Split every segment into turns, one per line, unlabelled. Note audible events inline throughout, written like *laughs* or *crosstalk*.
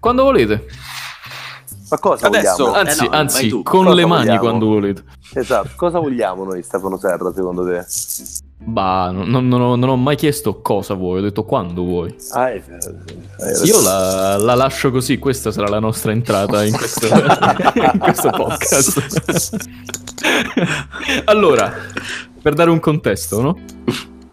Quando volete.
Ma cosa
Adesso-
vogliamo?
Eh
Anzi,
no,
anzi,
vai tu.
con
Cosa
le mani
vogliamo?
quando volete.
Esatto, cosa vogliamo noi Stefano Serra secondo te?
Bah, non, non- non ho, non ho mai chiesto cosa vuoi, ho detto quando vuoi.
Ah, eh, eh,
Io la, la lascio così, questa sarà la nostra entrata in questo, *laughs* in questo podcast. *laughs* allora, per dare un contesto, no?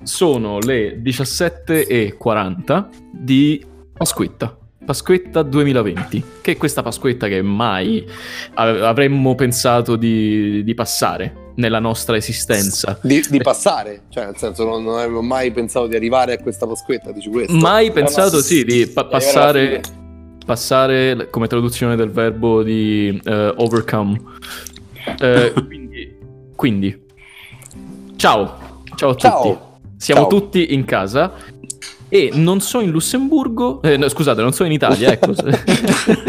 Sono le 17.40 di Pasquetta. Pasquetta 2020, che è questa Pasquetta che mai av- avremmo pensato di, di passare nella nostra esistenza.
Di, di passare, cioè nel senso non, non avevo mai pensato di arrivare a questa pasquetta, dici questo.
Mai
Eh,
pensato,
ma-
sì, di pa-
di
passare,
arrivare alla fine.
passare l- come traduzione del verbo di eh, overcome.
*laughs*
Eh, quindi, quindi. ciao, ciao a
Ciao.
tutti. Siamo
Ciao.
tutti in casa e non so in Lussemburgo, eh, no, scusate, non so in Italia, ecco.
*laughs*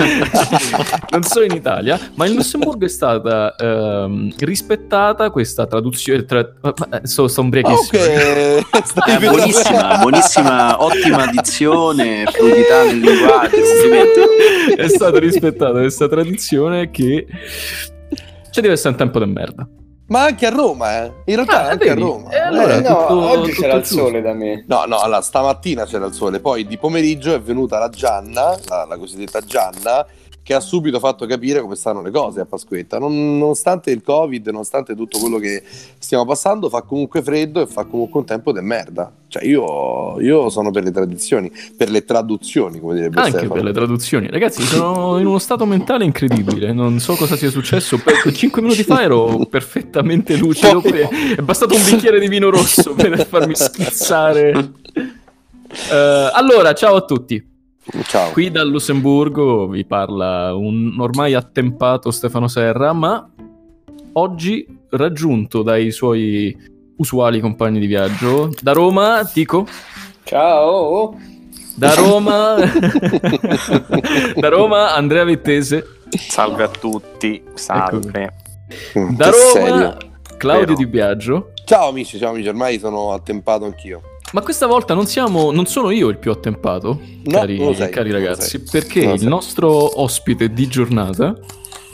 non so in Italia, ma in Lussemburgo è stata ehm, rispettata questa traduzione. Tra... ma- eh, Sto, sto ubriachissimo.
Ok, *laughs* stai
Eh, buonissima, buonissima, ottima dizione, fluidità nel
*laughs*
linguaggio,
Eh,
complimenti.
è stata rispettata questa tradizione che ci deve essere un tempo di merda.
Ma anche a Roma, eh. In realtà
Ah,
anche
vedi?
a Roma.
E allora-
Eh,
Eh,
tutto-
no, oggi
tutto
c'era il
giusto.
sole da me.
No, no, allora stamattina c'era il sole, poi di pomeriggio è venuta la Gianna, la, la cosiddetta Gianna, che ha subito fatto capire come stanno le cose a Pasquetta. Non- nonostante il Covid, nonostante tutto quello che stiamo passando, fa comunque freddo e fa comunque un tempo di merda. Cioè io, io sono per le tradizioni, per le traduzioni, come direbbe
Anche
Stefano.
per le traduzioni, ragazzi, sono in uno stato mentale incredibile. Non so cosa sia successo. 5 minuti fa ero perfettamente lucido.
Poi-
per- È bastato un bicchiere di vino rosso per farmi
*laughs*
schizzare. Eh, allora, ciao a tutti.
Ciao.
Qui dal Lussemburgo vi parla un ormai attempato Stefano Serra, ma oggi raggiunto dai suoi usuali compagni di viaggio da Roma, dico
Ciao!
da Roma da Roma Andrea Vettese,
Salve a tutti, salve.
Mm,
da
*laughs* che
Roma
serio.
Claudio
Vero.
Di Biagio.
Ciao amici, ciao amici, ormai sono attempato anch'io.
Ma questa volta non siamo non sono io il più attempato,
No,
cari,
non lo sei,
cari
non lo
ragazzi,
sei.
perché
Non lo
il
sei.
nostro ospite di giornata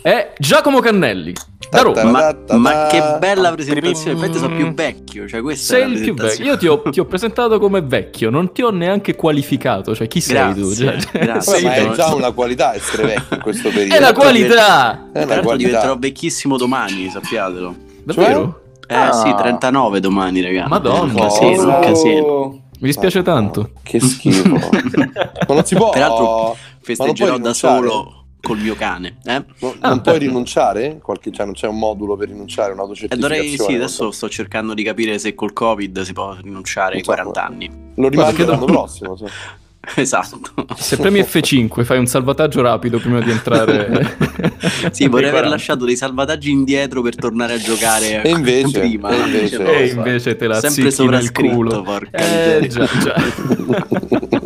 è Giacomo Cannelli da Roma.
Ma, ma che bella presentazione,
Mm.
effetti sono più vecchio, cioè questa è
Sei
la
il più vecchio.
presentazione.
Io ti ho, ti ho presentato come vecchio, non ti ho neanche qualificato. Cioè, chi
Grazie,
sei tu? Cioè, *laughs*
grazie.
sei
Ma è
vecchio.
già una qualità essere vecchio in questo
*laughs*
periodo.
È la
quali-
qualità!
È
Tra
una
l'altro diventerò
qualità.
vecchissimo domani, sappiatelo.
Davvero?
Cioè?
Eh
Ah.
sì, 39 domani, ragazzi.
Madonna.
un casino, un
Ciao.
casino.
Mi dispiace tanto.
Che
*laughs*
schifo. Ma non si può.
Peraltro,
Ma
Festeggerò
non
da
puoi rinunciare?
solo col mio cane, eh?
No,
Ah,
non puoi
beh.
rinunciare? Qualche, cioè, non c'è un modulo per rinunciare,
E
un'autocertificazione?
dovrei, sì, adesso
non so.
sto cercando di capire se col Covid si può rinunciare ai
Non so,
40 anni. *laughs*
Lo
Guarda
rimando
che do-
l'anno prossimo. so.
Esatto.
Se premi F5 fai un salvataggio rapido prima di
*laughs*
entrare.
Sì, vorrei aver
Nei 40.
lasciato dei salvataggi indietro per tornare a giocare
E invece-
prima.
e invece
no.
E invece te la
Sempre
zicchi nel
sovrascritto,
culo.
porca
Eh,
miseria.
già,
*laughs*
già.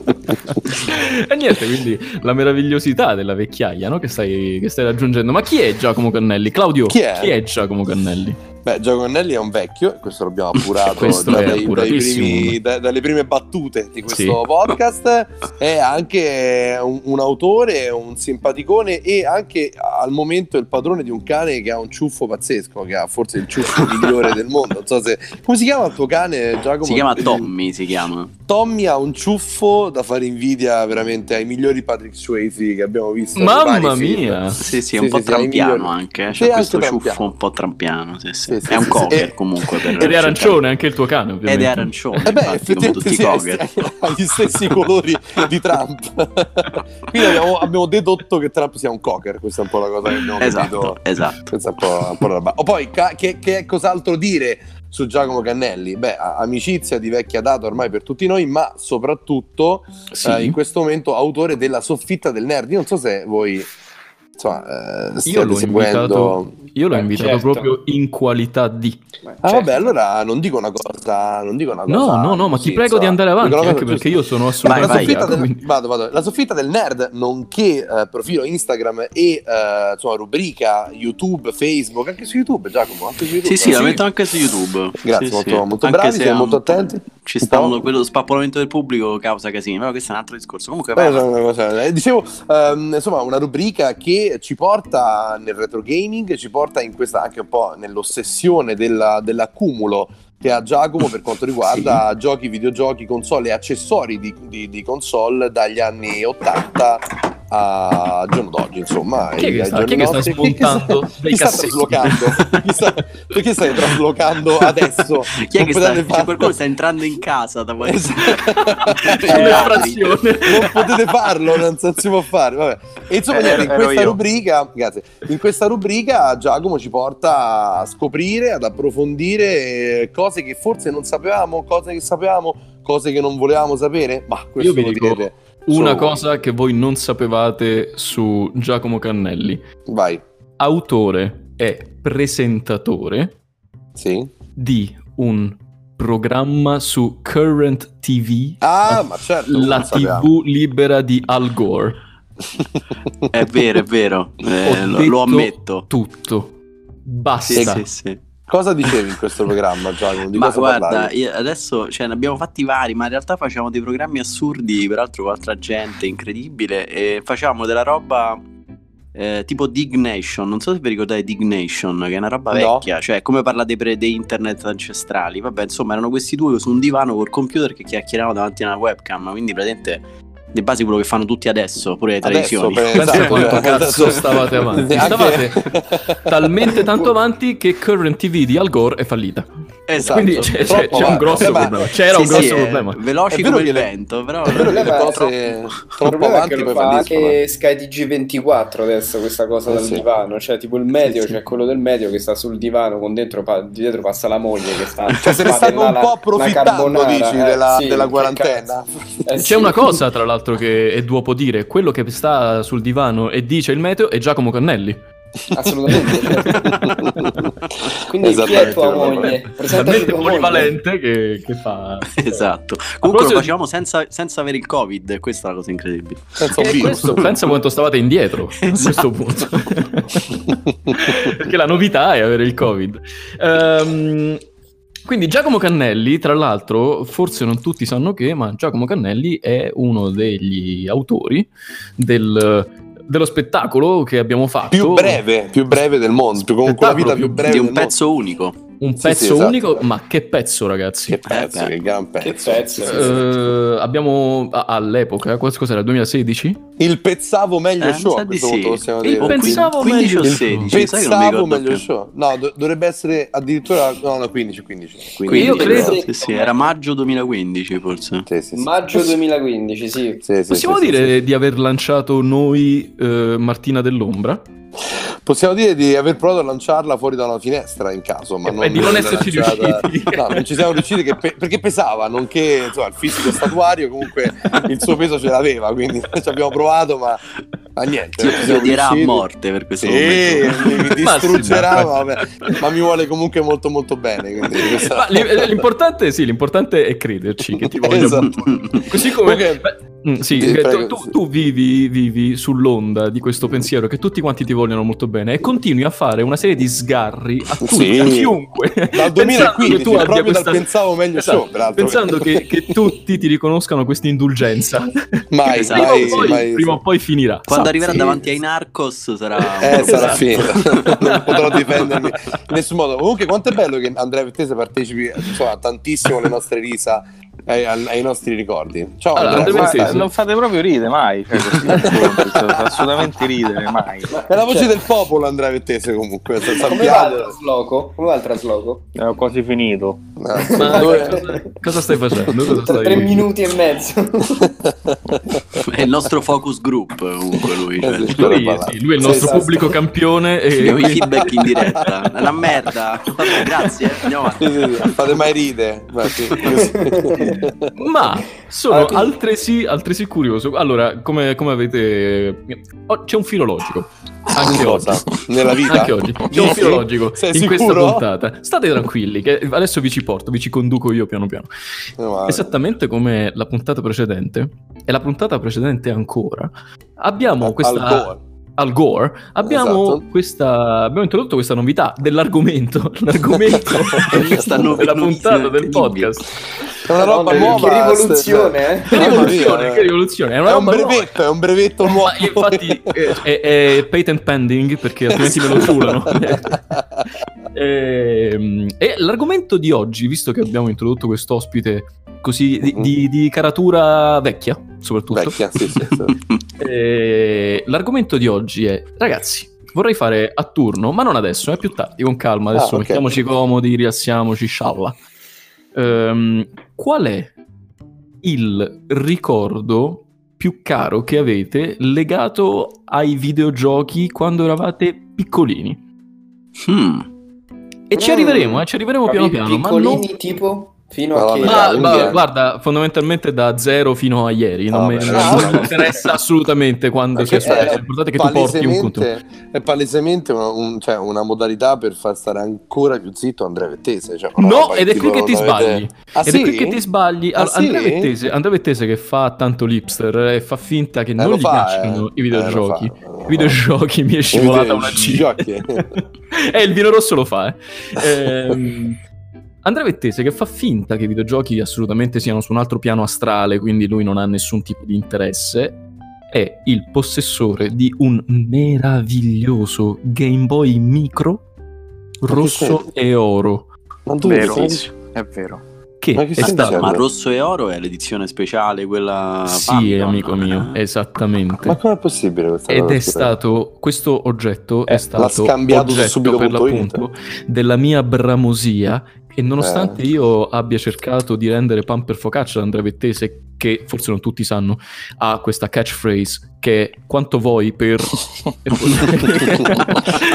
e niente, quindi la meravigliosità della vecchiaia no? che, stai, che stai raggiungendo. Ma chi è Giacomo Cannelli? Claudio,
Chi è?
Giacomo Cannelli?
Beh, Giacomo Annelli è un vecchio, e questo
*laughs*
l'abbiamo appurato
Questo
da-
è
dai- dai
appuratissimo.
primi- da- dalle prime battute di questo
Sì.
podcast. È anche un, un autore, un simpaticone e anche al momento il padrone di un cane che ha un ciuffo pazzesco, che ha forse
*laughs*
il ciuffo migliore del mondo. Non so se... Come si chiama il tuo cane, Giacomo?
Si chiama Tommy, si chiama.
Tommy ha un ciuffo da fare invidia veramente ai migliori Patrick Swayze che abbiamo visto. nei
Mamma
vari film.
mia!
Sì, sì, è
Sì,
un po'
sì, sì, ai
trampiano
migliori.
anche. eh.
Sì,
C'è
anche
questo ciuffo
trampiano.
un po' trampiano. sì, sì.
Sì, sì, Eh,
è un
sì,
cover
sì.
comunque. Per cioè,
Ed è arancione anche il tuo cane,
Ed
ovviamente.
è arancione.
Eh beh,
infatti, come
effettivamente
tutti i
sì,
cover.
sì, ha gli stessi colori
*laughs*
*laughs*
di Trump. Quindi abbiamo, abbiamo dedotto che Trump sia un cocker, questa è un po' la cosa che abbiamo
Esatto,
capito.
esatto.
Questa è un po', un po' la roba. O poi ca- che, che cos'altro dire su Giacomo Cannelli? Beh, a- amicizia di vecchia data ormai per tutti noi, ma soprattutto
Sì.
eh, in questo momento autore della soffitta del nerd. Io non so se voi insomma, eh,
Io
stiate
l'ho
seguendo.
invitato, io l'ho
Eh,
invitato
certo.
proprio in qualità di.
Ah,
Certo.
vabbè, allora non dico una cosa. Non dico una cosa
No, no, no, ma ti
sì,
prego
insomma,
di andare avanti,
dico una
anche
cosa
perché
giusta.
io sono
Vai,
assolutamente
la,
vai.
soffitta
ubriaco,
del,
quindi-
vado, vado. La soffitta del nerd, nonché eh, profilo Instagram e eh, insomma, rubrica YouTube, Facebook, anche su YouTube, Giacomo. Anche su YouTube,
Sì, sì,
eh?
la metto anche su YouTube.
Grazie,
Sì,
molto,
sì.
molto
Anche
bravi,
se
siamo
ha-
molto attenti.
Ci stanno
Paolo?
quello spappolamento del pubblico causa casino, però questo è un altro discorso. Comunque,
Beh,
vai.
insomma, una cosa- eh, dicevo, ehm, insomma, una rubrica che ci porta nel retro gaming, ci porta in questa anche un po' nell'ossessione della- dell'accumulo che ha Giacomo per
*laughs*
quanto riguarda giochi, videogiochi, console e accessori di, di- di console dagli anni 80 a giorno d'oggi, insomma.
Chi è che
ai
sta-
giorni
chi è che sta
nostri.
spuntando
*laughs* Chi sta-
dai
chi sta
cassetti?
traslocando? Chi sta- Perché
*laughs*
stai
*laughs*
traslocando adesso?
Chi è che sta,
Completamente Esatto.
c'è
fatto.
qualcuno che sta entrando in casa da Eh, voi? *laughs*
Un'effrazione.
non potete farlo,
*laughs*
non so, si può fare. Vabbè. E insomma,
Eh,
niente, in
ero
questa
io.
rubrica, grazie, in questa rubrica Giacomo ci porta a scoprire, ad approfondire eh, cose che forse non sapevamo, cose che sapevamo, cose che non volevamo sapere. Ma questo
Io vi
lo
dico
direte.
Una
Solo voi.
cosa che voi non sapevate su Giacomo Cannelli.
Vai.
Autore e presentatore
Sì.
di un programma su Current TV,
Ah, ma certo,
la
lo sapevamo. *laughs*
TV libera di Al Gore.
È vero, è vero, eh,
Ho
lo,
detto
lo ammetto.
Tutto.
Sì,
Basta.
sì,
Esatto.
sì.
Cosa dicevi in questo programma, Giacomo? Di
Ma
cosa
guarda,
parlavi?
io adesso cioè, ne abbiamo fatti vari, ma in realtà facevamo dei programmi assurdi, peraltro con altra gente, incredibile, e facevamo della roba eh, tipo Dignation, non so se vi ricordate Dignation, che è una roba
No.
vecchia, cioè come parlate pre di internet ancestrali, vabbè, insomma erano questi due su un divano col computer che chiacchieravano davanti a una webcam, quindi praticamente di base quello che fanno tutti adesso, pure le
Adesso,
televisioni.
per-
Pensa
esatto, *laughs*
quanto
adesso-
cazzo stavate avanti.
Anche- *laughs*
Stavate talmente tanto avanti che Current TV di Al Gore è fallita.
Esatto.
Quindi c'è, c'è- c'è
Troppo
un
avanti.
grosso
Eh, ma-
problema. C'era
Sì,
un grosso
sì, eh,
problema.
È
Veloci
vero
come il
che le-
vento, però...
È vero che le
Vabbè,
cose
Il
troppo
problema è che
avanti
lo
poi
fa
falliscono.
anche Sky TG24 adesso questa cosa
Eh
dal
sì.
divano, cioè tipo il medio,
Sì, sì.
cioè quello del medio che sta sul divano con dentro, pa- di dietro passa la moglie che sta...
Cioè, se ne stanno un
la-
po'
la
approfittando,
carbonara,
dici,
eh,
della,
sì,
della
che
quarantena.
cazzo. Eh,
C'è
sì.
una cosa, tra l'altro, che è duopo dire: quello che sta sul divano e dice il meteo è Giacomo Cannelli. *laughs*
Assolutamente. certo. Quindi chi è
Esattamente,
tua
vabbè.
moglie? Presentaci
Talmente
tua moglie.
polivalente che, che fa.
*laughs* Esatto. Comunque lo
proposito-
facevamo senza, senza avere il Covid, e questa è la cosa incredibile.
Senza un
E
virus.
questo pensa quanto stavate
*laughs*
indietro a questo
Esatto.
punto. Perché la novità è avere il Covid. Ehm, quindi Giacomo Cannelli, tra l'altro, forse non tutti sanno che, ma Giacomo Cannelli è uno degli autori del- dello spettacolo che abbiamo fatto.
più breve, più breve del mondo, più, con quella vita più breve
Di un
del mondo.
pezzo unico.
Un
Sì,
pezzo
sì, esatto.
unico, ma che pezzo ragazzi.
Che pezzo,
Eh, beh.
che gran
Che
pezzo. esatto.
pezzo.
Sì, sì, sì.
Eh, abbiamo a- all'epoca, quals- cos'era, il 2016?
Il pezzavo meglio
Eh, mi
show,
sa
a
di
questo
sì.
punto possiamo
Il
dire.
O
pensavo
quin- 15 o
meglio-
16, sai che non mi
Pezzavo
ricordo
meglio
più.
show. No, do- dovrebbe essere addirittura no, no, 15, 15. 15.
Io
Quindi,
credo-
sì, sì, era maggio 2015 forse.
Sì, sì, sì.
Maggio 2015, sì.
Sì, sì,
Possiamo
sì, sì,
dire
sì.
di aver lanciato noi eh, Martina dell'Ombra
Possiamo dire di aver provato a lanciarla fuori da una finestra in caso, ma
e Eh, di non esserci
lanciata-
riusciti.
No, non ci siamo riusciti che pe- perché pesava, nonché insomma, il fisico statuario comunque il suo peso ce l'aveva, quindi *laughs* ci abbiamo provato, ma, ma niente. non ci
Si
siamo
odierà a
riusciti.
morte per questo
Eh, Sì, *laughs*
momento.
mi mi
Ma
distruggerà,
sì, ma-
ma, vabbè, ma mi vuole comunque molto molto bene. Quindi questa-
Ma
*laughs*
l'im- l'importante, sì, l'importante è crederci che ti voglio
Esatto.
Così come
Ok.
beh, mm, sì,
Sì,
che
prego,
tu, tu-
sì.
tu vivi, vivi sull'onda di questo pensiero che tutti quanti ti vogliono molto bene e continui a fare una serie di sgarri a, tutti,
Sì.
a chiunque
Dal
pensando
2015,
che tu abbia
proprio dal
questa-
pensavo meglio
Esatto,
show, peraltro.
pensando che, che tutti ti riconoscano questa indulgenza
mai,
Esatto.
prima, o
mai,
poi,
mai-
prima o poi finirà
Quando
Sì.
arriverà
Sì.
davanti ai narcos sarà...
Eh, sarà
Esatto.
finita,
*laughs*
non potrò difendermi in nessun modo. Comunque, quanto è bello che Andrea Vettese partecipi insomma, tantissimo alle nostre risa, ai, al- ai nostri ricordi. Ciao,
Allora,
Andrea.
Andrea
come stai?
Vettese.
non fate proprio ridere
*laughs*
mai, cioè, questi racconti, cioè, assolutamente ridere mai.
È la voce
Cioè,
del popolo, Andrea Vettese. Comunque, se
Come va il
sappiamo.
trasloco? Come va il trasloco?
Eh, Ho quasi finito.
Eh,
Ma
dove-
cosa, cosa stai facendo? Cosa
Tra
stai-
tre minuti
*laughs*
e mezzo.
È il nostro focus group comunque lui. Cioè.
Eh, sì.
Lui, sì, lui è il
Sì,
nostro
esatto.
pubblico campione e
Abbiamo i feedback in
*laughs*
diretta. È Una merda. Vabbè, grazie. eh. Andiamo avanti.
Fate mai ride. Infatti,
Sì,
Ma sono
Ok.
altresì, altresì curioso. Allora, come, come avete. oh, c'è un filo logico. Anche oggi.
Cosa? Nella vita?
Anche oggi. C'è un
Dici?
filo logico
Sei
in
sicuro?
questa puntata. State tranquilli, che adesso vi ci porto, vi ci conduco io piano piano.
Meno male.
Esattamente come la puntata precedente, e la puntata precedente ancora, abbiamo questa.
Al gol.
Al Gore abbiamo
Esatto.
questa abbiamo introdotto questa novità dell'argomento *laughs*
*laughs*
l'argomento
Questa novità
della puntata del
incredibile.
podcast
È una roba
Madonna,
nuova.
Che rivoluzione, eh.
che
Mamma mia,
rivoluzione
eh.
che rivoluzione è
È
una
un
roba nuova.
brevetto, è un brevetto nuovo.
Ma infatti
*laughs*
eh, è, è patent pending perché altrimenti me lo ciulano.
*laughs*
Ehm, E, l'argomento di oggi, visto che abbiamo introdotto quest'ospite così di, di- di caratura vecchia, soprattutto,
Vecchia, sì, sì,
*laughs*
sì.
eh, l'argomento di oggi è ragazzi. Vorrei fare a turno, ma non adesso, è più tardi, con calma. Adesso
Ah, ok.
mettiamoci comodi, rilassiamoci, scialla. Ehm, qual è il ricordo più caro che avete legato ai videogiochi quando eravate piccolini?
Hmm.
E ci
Mm.
arriveremo, eh, ci arriveremo piano
Proprio
piano. Ma, non-
piccolini tipo fino a
No,
che
vabbè,
ma-
dai,
ma
quindi-
guarda, fondamentalmente da zero fino a ieri, non
eh. Ah,
mi
vabbè,
non
no,
mi
no.
interessa assolutamente quando
Perché
sia successo.
è
L'importante è che tu porti un contenuto.
palesemente- È palesemente una, un- cioè, una modalità per far stare ancora più zitto Andrea Vettese. cioè, una
No,
roba
ed è qui
tipo
che ti
non avete-
sbagli.
Ah,
Ed
sì?
è qui che ti sbagli.
Ah,
Allora, Andrea,
sì?
Vettese, Andrea Vettese che fa tanto l'ipster e fa finta che
Eh,
non
lo
gli
fa,
piacciono
eh.
i
Eh, lo
videogiochi.
fa, lo fa.
videogiochi mi è scivolata una C. *laughs*
Videogiochi.
e il vino rosso lo fa. eh. Ehm, Andrea Vettese che fa finta che i videogiochi assolutamente siano su un altro piano astrale, quindi lui non ha nessun tipo di interesse. È il possessore di un meraviglioso Game Boy Micro rosso e oro
Ma tu
Vero.
sei-
È vero.
che
Ma che
è
senso
stato
c'è?
Ma Rosso e Oro è l'edizione speciale, quella...
Sì,
Phantom,
amico
eh?
mio, esattamente.
Ma com'è possibile questa
Ed
cosa?
è stato questo oggetto
Eh,
è
l'ha
stato
scambiato su
oggetto per
subito.it.
l'appunto della mia bramosia e nonostante
Eh.
io abbia cercato di rendere pan per focaccia ad Andrea Vettese che forse non tutti sanno ha questa catchphrase che è quanto vuoi per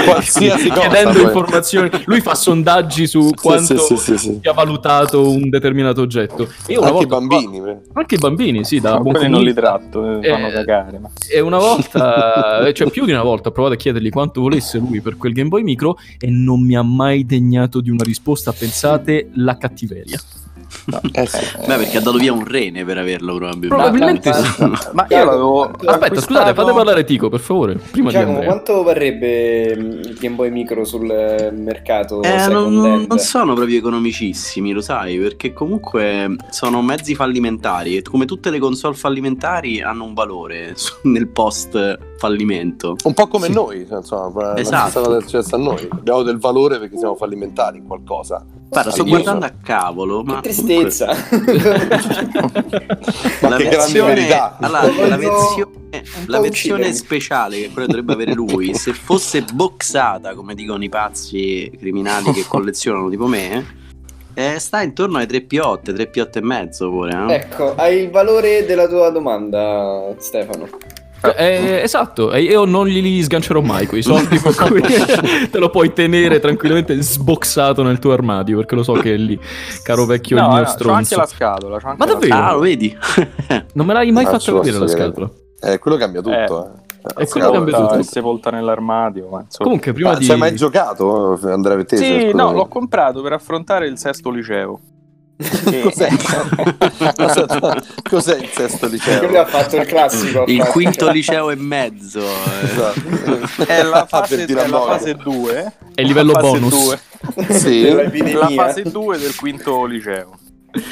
Qualsiasi cosa,
chiedendo
poi.
informazioni lui fa sondaggi su
Sì,
quanto
sì, sì, sì, sì.
sia valutato un determinato oggetto E una
Anche i
volta-
bambini. beh.
anche i bambini sì da
Ma
buon
quelli non li
comunista.
tratto, eh, fanno
Eh,
cagare. Ma...
E una volta, *laughs* eh, cioè più di una volta, ho provato a chiedergli quanto volesse lui per quel Game Boy Micro e non mi ha mai degnato di una risposta. Pensate la cattiveria.
Eh, sì.
Beh, perché ha dato via un rene per averlo, probabilmente.
Probabilmente
tanto-
sì.
Ma io l'avevo.
Aspetta, scusate, fate parlare Tico, per favore. Prima di
Giacomo,
Andrea.
Diciamo, quanto varrebbe mm, il Game Boy Micro sul eh, mercato
Eh, non,
second
non-
hand?
non sono proprio economicissimi, lo sai, perché comunque sono mezzi fallimentari e come tutte le console fallimentari hanno un valore *laughs* su- nel post fallimento.
Un po' come noi, cioè, insomma, la stessa
Esatto.
cosa è successa a noi. Abbiamo del valore perché siamo fallimentari in qualcosa.
Guarda, sto
Io
guardando a cavolo, ma
Che tristezza. *laughs*
Ma che grande verità.
allora, la
Voglio-
versione,
un po'
la versione
uccidermi.
speciale che quella dovrebbe avere lui, se fosse boxata, come dicono i pazzi
*laughs*
criminali che collezionano tipo me, eh, sta intorno ai 3 piotte, 3 piotte e mezzo pure. eh. no?
Eh,
ecco, hai il valore della tua domanda, Stefano.
Eh, esatto, e io non glieli sgancerò mai quei soldi, per cui *laughs* te lo puoi tenere tranquillamente sboxato nel tuo armadio, perché lo so che è lì, caro vecchio il
No,
mio
no, c'ho anche
stronzo.
la scatola. c'ho anche
Ma
la
davvero?
scatola.
Ah, lo vedi?
Non me l'hai mai
Ah, ci
fatto vedere la
posso vedere.
scatola.
Eh, quello cambia tutto. Eh.
Eh, quello cambia tutto.
È sepolta nell'armadio. Ma insomma.
Comunque, prima
Ma
di...
ci hai mai giocato eh, Andrea Vettese?
Sì,
Scusami.
no, l'ho comprato per affrontare il sesto
*laughs*
liceo. E-
Cos'è? *laughs* Cosa- Cos'è il sesto
Eh.
Perché lui ha
liceo?
fatto il classico. ha
Il
fatto-
quinto liceo e mezzo. eh.
Esatto.
È la
Ah,
fase,
dire *laughs*
è
a
la
Monaco.
fase 2.
È livello bonus.
*laughs*
Sì.
La
dell'epidemia.
fase 2 del quinto liceo.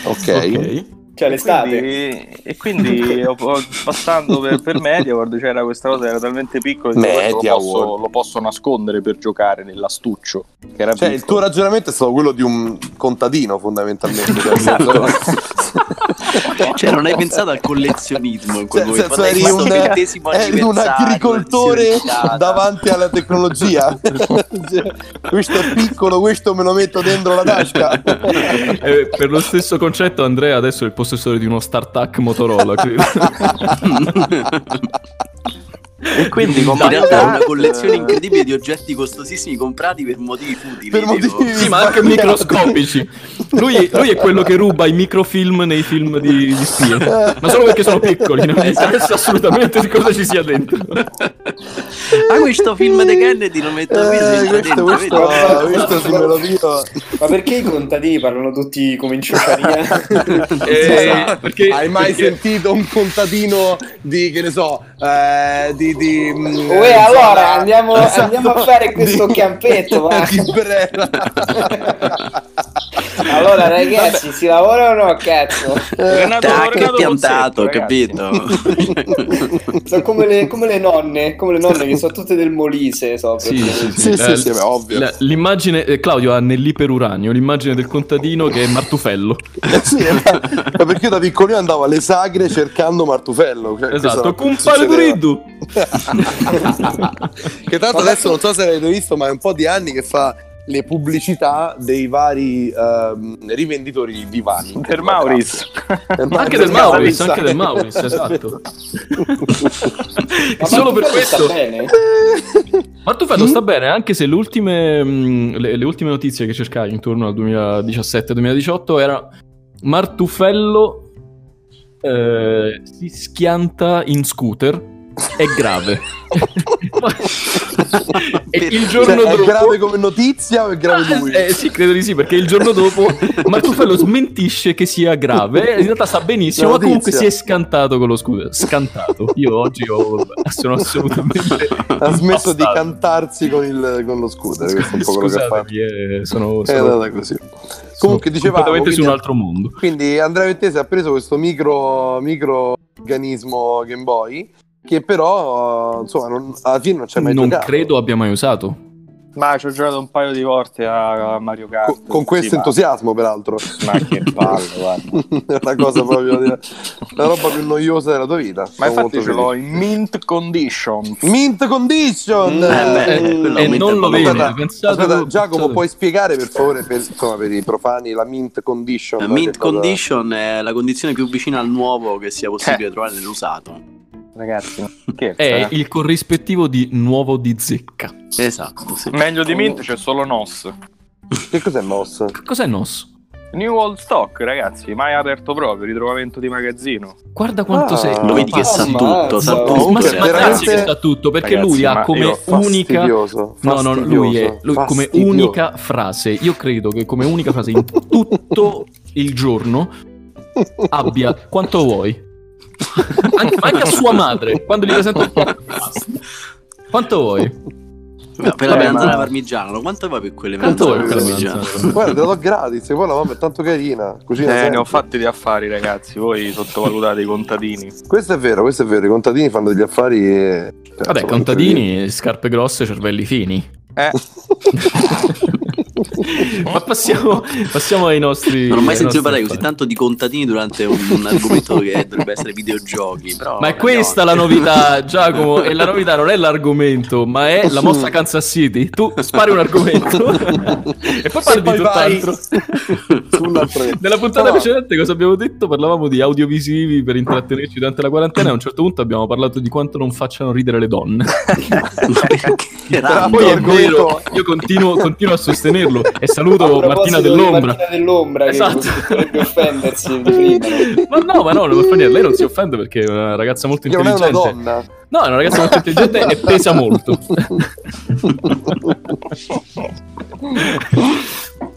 ok.
Cioè l'estate.
Quindi- e quindi ho- ho- passando per, per Media World c'era questa cosa, era talmente piccola che
Media
lo posso,
World.
lo posso nascondere per giocare nell'astuccio. Che era
Cioè, il tuo
piccolo.
ragionamento è stato quello di un contadino,
*laughs*
fondamentalmente. Cioè,
Esatto,
nel senso-
Cioè, non hai pensato al collezionismo in quel
Cioè, nel
momento.
senso, eri
Questo
un,
ventesimo
eri un
anniversario,
agricoltore
edizione limitata.
davanti alla tecnologia.
*laughs*
Cioè, questo è piccolo, questo me lo metto dentro la tasca.
*laughs* Eh, per lo stesso concetto, Andrea adesso è *laughs* il possessore di uno startup Motorola. quindi-
E quindi in
Dai,
realtà è una
dai.
collezione incredibile di oggetti costosissimi comprati per motivi futili.
Per
tipo.
motivi-
Sì, ma anche
Sbagliati.
microscopici. Lui, lui è quello che ruba i microfilm nei film di, di spie. Ma solo perché sono piccoli, non mi interessa assolutamente di cosa ci sia dentro.
*laughs* ah, questo film di Kennedy lo metto qui.
Eh, questo,
dentro,
questo,
vedi?
Ah, questo, se me lo
*laughs*
dico.
Ma perché i contadini parlano tutti come
*laughs*
in ciociaria?
Eh, perché-
Hai mai
perché-
sentito un contadino di che ne so? eh, di, di mm,
Uè,
eh,
allora,
insomma, esatto.
andiamo-
esatto.
andiamo
*laughs*
*laughs*
a fare questo
di-
campetto, va.
di Brera.
allora, ragazzi, si lavora o no? Cazzo,
Eh, Renato,
Tac,
Renato
è piantato,
Pozzetto,
*laughs* capito?
*laughs* sono come le, come le nonne, come le nonne che sono tutte del Molise. So,
Sì,
perché-
sì, sì.
sì, sì,
Eh,
sì, beh, ovvio.
la- l'immagine, eh, Claudio ha nell'iperuranio l'immagine del contadino che è Martufello.
Eh, Sì, ma- ma perché io da piccolo io andavo alle sagre cercando Martufello. cioè,
Esatto,
questo non
compare Duriddu.
succedeva. che tra l'altro adesso non so se l'avete visto, ma è un po' di anni che fa le pubblicità dei vari ehm, rivenditori di divani.
Per Mauris.
*laughs*
*laughs*
Ma
Anche
per
del Mauris,
Mauris.
anche del Mauris,
*laughs*
esatto.
Ma
Solo per
Martufello
questo.
sta
Eh.
bene?
Martufello sta bene, anche se le ultime, mh, le, le ultime notizie che cercai intorno al 2017-2018 era Martufello eh, si schianta in scooter, è grave. e il
Cioè,
giorno
è
dopo...
grave come notizia o *laughs* è grave lui?
Eh, sì, credo di sì, perché il giorno dopo Martufello smentisce che sia grave. In realtà sa benissimo,
La
ma comunque si
notizia.
è scantato con lo scudo. Scantato. Io oggi
*laughs*
ho- sono assolutamente.
ha smesso di
impastato.
cantarsi con, il- con lo scooter, questo è un po' quello che ha fatto.
Scusatemi, eh, sono,
È
sono-
andata così.
sono
Comunque dicevamo,
completamente su un
quindi-
altro mondo.
Quindi Andrea Vettese ha preso questo micro, micro organismo Game Boy che però insomma non, alla fine non c'è mai
Non
giocato.
credo abbia mai usato.
Ma ci ho giocato un paio di volte a a Mario Kart.
con, con questo
Sì, ma-
entusiasmo peraltro
Ma che palle, guarda.
*laughs* la cosa proprio la roba più noiosa della tua vita
Ma
Sono
infatti
molto
ce l'ho in mint condition.
felice. mint condition
Mm, eh, beh,
Eh,
quello
e
aumenta
non
il
lo
valore.
vede.
Aspetta,
pensate-
aspetta, Giacomo
pensate-
puoi spiegare per favore per, insomma, per i profani la mint condition
Mint
Che cosa-
condition è la condizione più vicina al nuovo che sia possibile trovare nell'usato.
Ragazzi, eh. che
È Eh, il corrispettivo di nuovo di zecca.
Esatto, sì.
Meglio di mint c'è solo NOS.
che cos'è NOS?
Cos'è Nos?
New Old Stock, ragazzi, mai aperto proprio, ritrovamento di magazzino.
Guarda quanto
Ah.
sei.
Lo
Lo vedi che sa
Ammazza.
tutto, sa
Ma-
tutto.
ma, ma
Comunque,
grazie
veramente-
che sa tutto perché
Ragazzi,
lui ha
ma
come
io-
unica
fastidioso
No, no, lui è
fastidioso,
lui come
fastidioso.
unica frase. Io credo che come unica frase in tutto il giorno abbia quanto vuoi. anche, ma anche a sua madre, quando gli
*laughs*
presento quanto vuoi?
Ma *laughs* Per la
Eh,
melanzana
ma-
parmigiano, quanto vuoi per quelle
Quanto vuoi
melanzane
per la
parmigiano?
melanzana?
Guarda, te la do gratis, poi la mamma è tanto carina. Cucina
Eh,
sempre.
ne ho fatti di affari, ragazzi. Voi sottovalutate i contadini.
Questo è vero, questo è vero. I contadini fanno degli affari. E... cioè,
Vabbè,
insomma,
contadini, scarpe grosse, cervelli
*laughs*
fini.
Eh,
Ma passiamo, passiamo ai nostri.
Non ho mai
ai nostri
sentito parlare così
affari.
tanto di contadini durante un,
*laughs*
un argomento che dovrebbe essere videogiochi. Però,
Ma è questa la
*laughs*
novità, Giacomo. E la novità non è l'argomento, ma è la mossa Kansas City. Tu spari un
*laughs*
argomento e poi parli di
poi vai.
tutt'altro.
*laughs* su
*laughs*
un altro-
Nella puntata
No,
precedente, cosa abbiamo detto? Parlavamo di audiovisivi per intrattenerci durante la quarantena. E a un certo punto abbiamo parlato di quanto non facciano ridere le donne.
Ma perché
Però
Poi è
argomento-
vero, io continuo, continuo a sostenerlo. E saluto
A
Martina
proposito di
Dell'Ombra.
Martina dell'Ombra
Esatto.
che potrebbe offendersi di prima.
Ma no, ma no, non fa niente. Lei non si offende perché è una ragazza molto
Che non è una
intelligente.
donna.
No, è una ragazza molto intelligente e pesa
*laughs*
molto.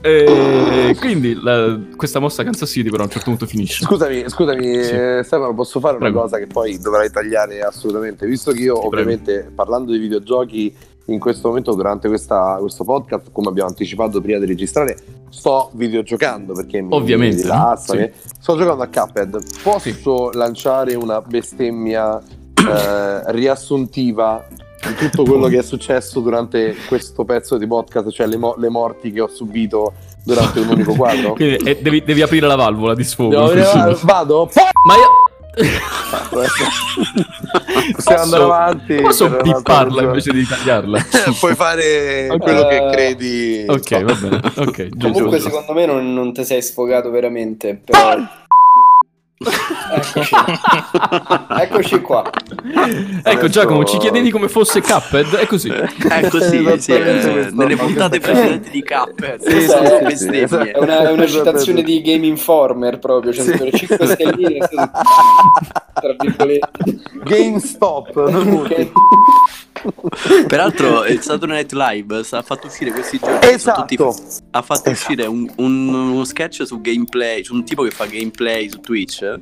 E quindi la- questa mossa Kansas City però a un certo punto finisce.
Scusami, scusami,
Sì.
eh, Stefano, posso fare una
Prego.
cosa che poi dovrai tagliare assolutamente, visto che io
prego.
ovviamente parlando di videogiochi in questo momento durante questa- questo podcast, come abbiamo anticipato prima di registrare, sto videogiocando perché mi,
Ovviamente,
mi rilassa,
sì.
mi- sto giocando a Cuphead. Posso lanciare una bestemmia eh, riassuntiva di tutto quello che è successo durante questo pezzo di podcast, cioè le, mo- le morti che ho subito durante un unico quadro?
Quindi eh, devi, devi aprire la valvola di sfogo. *laughs*
Devo arrivare- vado?
Ma io...
*laughs* Possiamo andare avanti.
Posso
per un'altra
pipparla
ragione.
invece di
*laughs*
tagliarla?
Puoi fare
Ok.
quello che credi.
Ok, va bene. Ok, giusto.
Comunque,
giusto. Ah!
secondo me non, non ti sei sfogato veramente. Però... Eccoci. Eccoci qua.
Ecco Giacomo, ci chiedevi come fosse Cuphead, è così.
È Eh, così, sì, eh, nelle puntate precedenti di K.
Sì, sì, sì,
bestemmie.
È
esatto.
una, è una citazione di Game Informer proprio, cioè sono
*laughs*
5
*laughs*
stelline, sono- tra virgolette.
GameStop, non
Ok.
tutti.
Peraltro il Saturday Night Live sta- ha fatto uscire questi giorni sono tutti-
Esatto.
ha fatto uscire un, un- uno sketch su gameplay, su un tipo che fa gameplay su Twitch eh,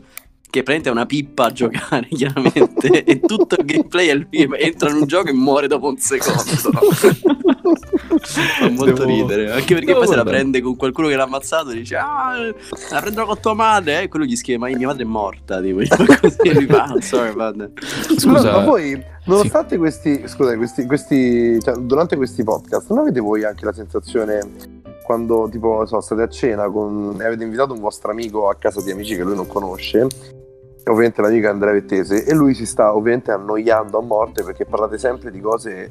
che praticamente è una pippa a giocare *laughs* chiaramente e tutto il gameplay è lui che entra in un gioco e muore dopo un secondo.
*laughs*
Fa
Devo-
molto ridere, anche perché
devo
poi se la
guardare.
prende con qualcuno che l'ha ammazzato e dice "Ah, la prenderò con tua madre", e quello gli scrive "Ma mia madre è morta", tipo *laughs* così e lui fa "I'm "Sorry, madre".
Scusa,
Ma, ma voi, nonostante questi, scusate, questi, questi cioè, durante questi podcast, non avete voi anche la sensazione quando tipo non so, state a cena con, e avete invitato un vostro amico a casa di amici che lui non conosce? e Ovviamente l'amico è Andrea Vettese e lui si sta ovviamente annoiando a morte perché parlate sempre di cose.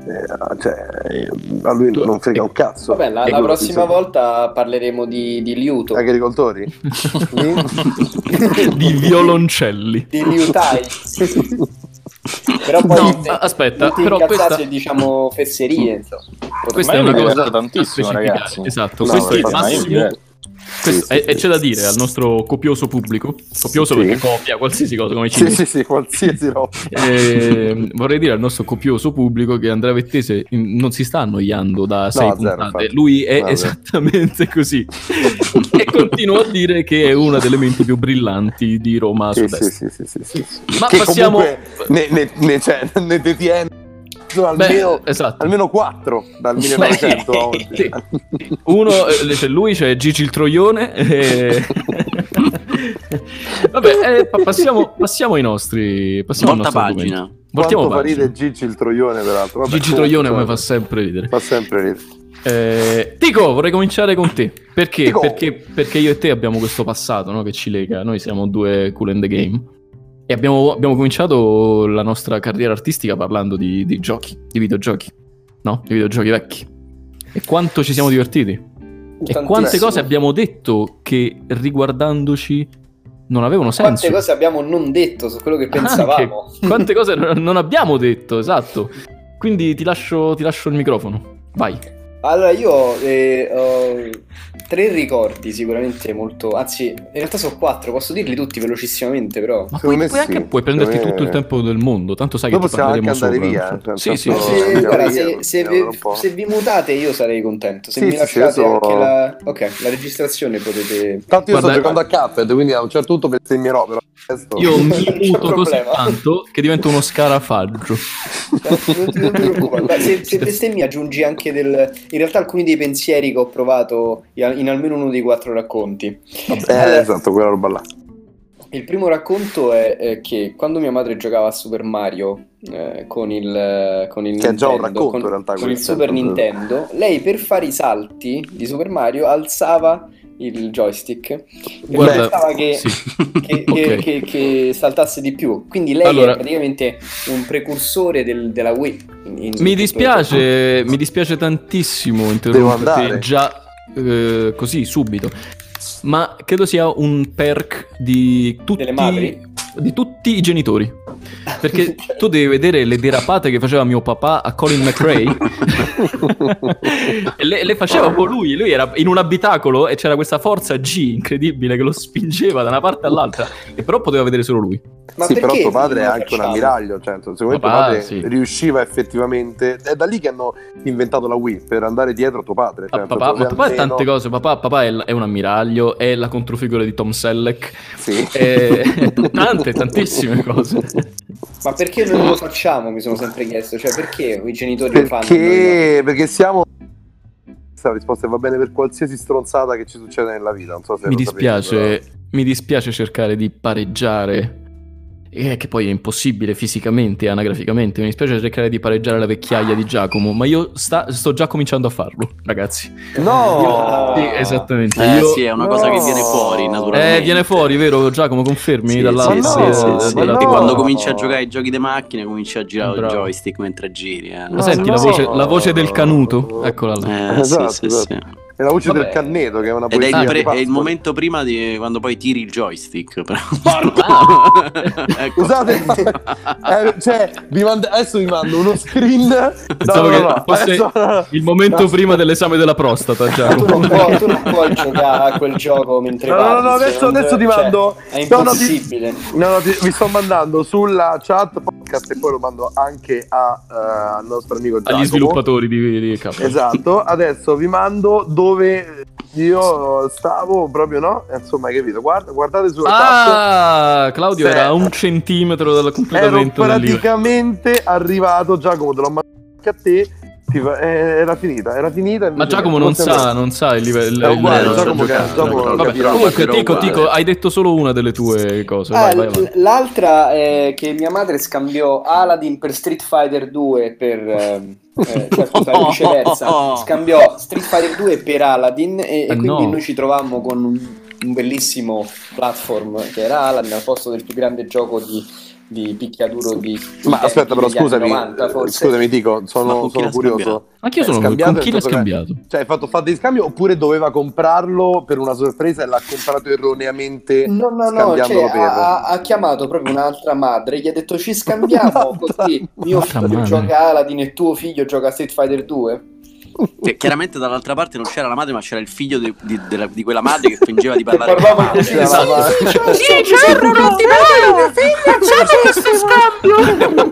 eh, cioè, eh, a lui non frega un cazzo.
Vabbè, la,
E
la
quello
prossima
dice-
volta parleremo di, di liuto, *laughs*
Agricoltori?
di violoncelli.
di liutai. Però poi
No, aspetta,
non ti
però
incazzate
questa-
se diciamo fesserie, insomma.
Questa
Ma
è
io
una
mi
cosa
diverto tantissimo,
da specificare.
ragazzi.
Esatto,
No,
questo è il
infatti, ma io mi
massimo.
diverto.
questo-
Sì,
e,
sì,
e
sì.
c'è da dire al nostro copioso pubblico, copioso
Sì.
perché copia qualsiasi cosa come ci
sì, sì,
*laughs*
sì, qualsiasi roba.
Eh, vorrei dire al nostro copioso pubblico che Andrea Vettese in- non si sta annoiando da sei
zero,
puntate,
infatti.
lui è
No, zero.
esattamente
*laughs*
così e continuo a dire che è una delle menti più brillanti di Roma
Sì,
Sud-Est.
sì, sì, sì, sì, sì, sì.
Ah, Ma
che
passiamo-
comunque ne, ne, ne, cioè, *laughs* ne detiene sono
Beh,
almeno,
esatto.
almeno 4 dal 1900
*laughs*
a oggi.
Sì. Uno eh, c'è lui, c'è Gigi il Troione.
*laughs*
e- Vabbè, eh, pa- passiamo, passiamo ai nostri. Passiamo
Volta
al nostro argomento.
pagina.
Voltiamo
Quanto fa
pagina.
ridere Gigi il troione, peraltro. Vabbè,
Gigi
comunque,
Troione come fa
vabbè,
sempre ridere.
Fa sempre ridere.
Eh, Tico, vorrei cominciare con te. Perché?
Tico.
Perché, perché io e te abbiamo questo passato no, che ci lega. Noi siamo due cool in the game. E abbiamo, abbiamo cominciato la nostra carriera artistica parlando di, di giochi, di videogiochi. No? Di videogiochi vecchi. E quanto ci siamo divertiti. E quante
Tantissimo.
cose abbiamo detto che riguardandoci non avevano senso.
Quante cose abbiamo non detto su quello che pensavamo.
*laughs* Anche, quante cose non non abbiamo detto, esatto. Quindi ti lascio, ti lascio il microfono. Vai.
Allora, io eh, ho tre ricordi sicuramente molto. Anzi, in realtà sono quattro, posso dirli tutti velocissimamente, però.
Ma
Secondo
puoi,
me
puoi anche
sì.
puoi prenderti
Secondo me-
tutto il tempo del mondo, tanto sai che
Noi
ti
possiamo anche
parleremo sopra.
andare via.
insomma.
cioè,
sì, sì,
tanto-
sì.
Se,
andiamo
guarda,
via,
se, se
andiamo
vi,
un po'.
se vi mutate io sarei contento. Se
Sì,
mi
sì,
lasciate
sì, adesso-
anche la... ok, la registrazione potete.
Tanto io sto
Guarda-
giocando a Cuphead, quindi a un certo punto bestemmierò, però adesso-
Io
*laughs* c'è
mi muto così
problema.
tanto che divento uno scarafaggio.
Eh, Non ti, non ti preoccupare. Guarda, se, se bestemmi aggiungi anche del. In realtà alcuni dei pensieri che ho provato in in almeno uno dei quattro racconti.
*laughs* Eh, esatto, quella roba là.
Il primo racconto è, eh, che quando mia madre giocava a Super Mario eh, con il, eh, con il
Che è già un
Nintendo,
racconto,
con,
in realtà,
con il
questo,
Super
proprio.
Nintendo, lei per fare i salti di Super Mario alzava il joystick e
Guarda,
aspettava che,
sì. *laughs*
che-
Ok.
che- che- che saltasse di più. Quindi lei
Allora-
è praticamente un precursore del- della Wii. in- in tutto
Mi
il
dispiace, mi dispiace tantissimo interromperti
andare.
già eh, così subito. Ma credo sia un perk di tutti,
Delle madri?
di tutti i genitori. Perché tu devi vedere le derapate che faceva mio papà a Colin
*laughs*
McRae. e le, le faceva un po' lui. Lui era in un abitacolo e c'era questa forza G incredibile che lo spingeva da una parte all'altra. E però poteva vedere solo lui.
Ma
sì, però
perché
tuo padre è
non
anche
facciamo?
un ammiraglio, cioè, nel senso, secondo me tuo
Papà,
padre
sì.
riusciva effettivamente, è da lì che hanno inventato la Wii, per andare dietro a tuo padre.
Ah,
cioè,
papà, ma
proprio
papà è
almeno-
tante cose. Papà, papà è, l- è un ammiraglio, è la controfigura di Tom Selleck.
Sì. *laughs*
Eh, *laughs* tante, tantissime cose.
Ma perché non lo facciamo? Mi sono sempre chiesto. Cioè, perché i genitori lo fanno? e noi no?
Perché, perché siamo... La risposta va bene per qualsiasi stronzata che ci succede nella vita. Non so se
Mi
lo sapete, però.
dispiace, mi dispiace cercare di pareggiare. eh, che poi è impossibile fisicamente e anagraficamente. Mi dispiace cercare di pareggiare la vecchiaia di Giacomo, ma io sta- sto già cominciando a farlo, ragazzi.
No!
Sì, esatto. esattamente.
Oh. Eh
Io-
sì, è una cosa
No.
che viene fuori naturalmente.
Eh, viene fuori, vero Giacomo? Confermi
Sì,
dalla
sì,
Ma
sì,
no,
sì,
ma
sì.
dalla-
no.
Che
dalla-
quando cominci a giocare ai giochi di macchina cominci a girare
Bravo.
il joystick mentre giri. eh.
Ma senti la
no.
voce, la voce del canuto, eccola là.
Eh,
Esatto,
sì, sì,
esatto.
sì.
È la voce
Vabbè.
del Canneto, che è una
Ed è
poesia.
il, pre-
di
è il
Pasqua.
momento prima di quando poi tiri il joystick. *laughs* però. *laughs* Ecco. *laughs*
Scusate, ma- eh, cioè, vi mando- adesso vi mando uno screen. No,
Pensavo
no,
che
no,
fosse
adesso- no.
il momento
No.
prima dell'esame della prostata,
Tu non, puoi, tu
Giacomo.
non puoi giocare a quel gioco mentre
No, no,
parli,
no, adesso-
se non-
adesso ti mando.
Cioè, è
No, no, ti-
impossibile.
No, no, ti- vi sto mandando sulla chat podcast e poi lo mando anche a, eh, al nostro amico Giacomo.
Agli sviluppatori di, di Capcom.
Esatto, adesso vi mando dove io stavo proprio, no? Insomma, hai capito? Guarda- guardate
Ecco,
sulla chat.
Ah, Claudio
Se-
era a un centimetro dal
Ero
completamento del libro.
praticamente arrivato, Giacomo, te l'ho mandato anche a te. Ti fa- eh, era finita, era finita.
Ma
invece-
Giacomo non
forse-
sa, non sa il livello.
È uguale,
il- non sa
Giacomo
giocare.
che- Giacomo
Vabbè,
capirà.
Comunque,
Capirà
Tico,
uguale.
Tico, hai detto solo una delle tue
Eh,
cose.
Ah,
vai, vai,
l-
avanti.
l'altra è che mia madre scambiò Aladdin per Street Fighter 2 per ehm, eh,
*laughs*
cioè, scusa,
No.
viceversa scambiò Street Fighter 2 per Aladdin e, e
Eh,
quindi
no.
noi ci trovammo con un, un bellissimo platform che era Aladdin al posto del più grande gioco di, di picchiaduro di
Ma
degli
aspetta, però
anni
scusami,
90,
eh,
forse.
scusami, dico,
Ma
sono,
con chi
sono
l'ha
curioso.
scambiato?
Anche io
Eh,
sono
scambiato
con chi
nel
l'ha
senso che-
scambiato? ecco
Cioè, hai fatto fate di scambio oppure doveva comprarlo per una sorpresa e l'ha comprato erroneamente?
No, no, no,
Scambiandolo
cioè,
per-
ha, ha- ha chiamato proprio un'altra madre, gli ha detto ci scambiamo così mio
*laughs* Un'altra
figlio
madre.
gioca a Aladdin e tuo figlio gioca a Street Fighter 2.
Che chiaramente dall'altra parte non c'era la madre, ma c'era il figlio di, di- della- di quella madre che fingeva di parlare. con la
parlava
madre.
così,
Cioè,
Esatto.
sì,
la-
Esatto. Sì, certo, non ti vedo, mio figlio, accetta questo scambio.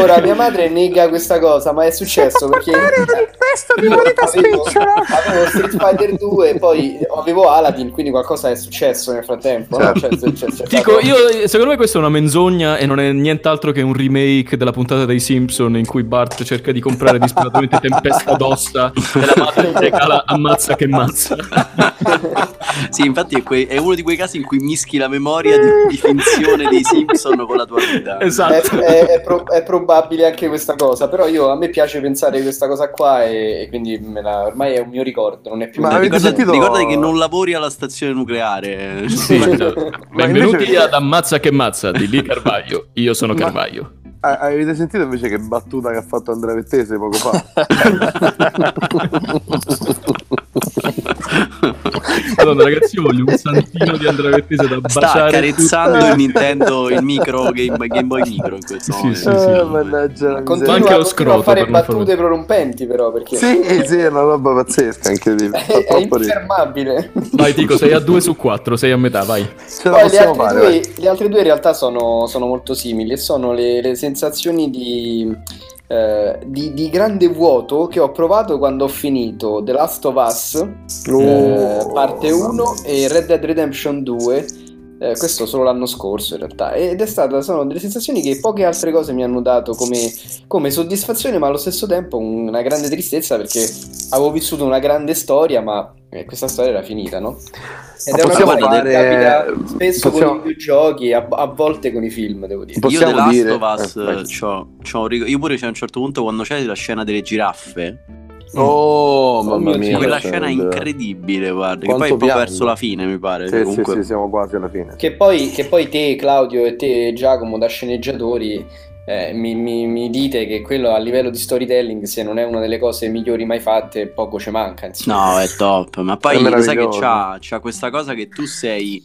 Ora mia madre nega questa cosa, ma è successo perché
Portare un infesto di
*laughs*
moneta
avevo,
spicciola.
avevo Street Fighter 2 e poi avevo Aladdin, quindi qualcosa è successo nel frattempo. no? Cioè, c'è- c'è- c'è
Dico,
stato-
io, secondo me questa è una menzogna e non è nient'altro che un remake della puntata dei Simpson in cui Bart cerca di comprare disperatamente Tempesta d'Ossa *laughs* e la madre
*laughs*
gli regala Ammazza che mazza.
*laughs* sì, infatti è, que- è uno di quei casi in cui mischi la memoria di, di finzione dei Simpson con la tua vita.
È,
Esatto.
è- è pro- è probabile anche questa cosa, però io, a me piace pensare questa cosa qua e, e quindi me la- ormai è un mio ricordo, non è più
Ma
un
avete
ricordo.
sentito-
Ricordati, ricordati che non lavori alla stazione nucleare.
Sì, esatto.
Ma
Benvenuti
invece-
ad Ammazza che mazza di Lee Carvaglio. Io sono
Ma-
Carvaglio.
Ah, avete sentito invece che battuta che ha fatto Andrea Vettese poco fa?
*laughs* Madonna, ragazzi, io voglio un santino di Andrea Vettese da
*laughs* Sta
baciare.
accarezzando
*laughs*
tutto.
il Nintendo, il micro Game, Game Boy Micro in questo
Sì, sì,
momento.
sì.
Eh, mannaggia la
Continua,
anche lo
miseria.
continua
scroto
a fare
per non farlo-
battute prorompenti, però perché
Sì, sì, è una roba pazzesca, incredibile. Fa
Eh, è, è
troppo ridere.
infermabile.
Vai, Tico, sei a 2 su 4, sei a metà, vai.
Ce la
Poi le
possiamo
altre,
fare.
due,
vai.
le altre due in realtà sono, sono molto simili e sono le, le sensazioni di, eh, di- di grande vuoto che ho provato quando ho finito The Last of Us, eh,
Oh,
parte
mamma
1 e Red Dead Redemption 2. eh, questo solo l'anno scorso in realtà ed è stata sono delle sensazioni che poche altre cose mi hanno dato come, come soddisfazione ma allo stesso tempo un- una grande tristezza perché avevo vissuto una grande storia ma eh, questa storia era finita no? Ed
Ma
è una
possiamo
cosa che
fare-
capita spesso
possiamo-
con i videogiochi, a, a volte con i film, devo dire.
Io The
Possiamo
Last
dire-
of Us,
Eh, vai.
c'ho- c'ho un ric- io pure c'è a un certo punto quando c'è la scena delle giraffe,
Oh,
mio
mamma
Dio,
mia.
quella
cioè,
scena
il-
incredibile, guarda,
Quanto
che poi è un po'
piango.
verso la fine mi pare. cioè,
Sì, sì,
comunque.
sì, siamo quasi alla fine.
Che poi, che poi te, Claudio, e te, Giacomo, da sceneggiatori, eh, mi, mi- mi dite che quello a livello di storytelling, se non è una delle cose migliori mai fatte, poco ci manca. Insomma.
No, è top. Ma
È
poi lo sai che
meraviglioso.
c'ha, c'ha questa cosa che tu sei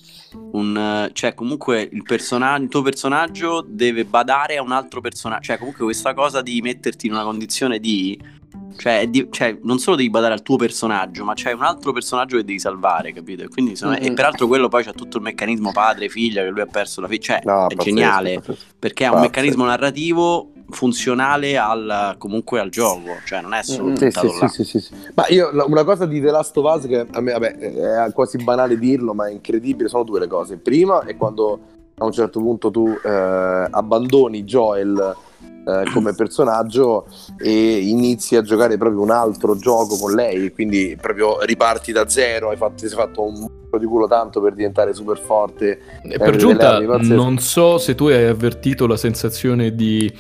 un. eh, Cioè, comunque il, persona- il tuo personaggio deve badare a un altro personaggio. Cioè, comunque questa cosa di metterti in una condizione di. Cioè, di- cioè, non solo devi badare al tuo personaggio, ma c'è un altro personaggio che devi salvare, capito? E, quindi, insomma-
Mm-mm.
e peraltro quello poi c'ha tutto il meccanismo padre-figlia che lui ha perso la figlia. Cioè,
No,
è
pazzesco,
geniale
pazzesco.
perché è un
Pazzesco.
meccanismo narrativo funzionale al, comunque al gioco. Cioè, non è solo
Mm,
Sì,
buttato
sì,
là.
sì, sì, sì, sì. Ma io la- una cosa di The Last of Us che a me vabbè, è quasi banale dirlo, ma è incredibile, sono due le cose. Prima è quando a un certo punto tu eh, abbandoni Joel eh, come personaggio e inizi a giocare proprio un altro gioco con lei, quindi proprio riparti da zero, hai fatto, ti sei fatto un po' di culo tanto per diventare super forte.
E per
Eh,
giunta,
delle armi, pazzesco.
non so se tu hai avvertito la sensazione di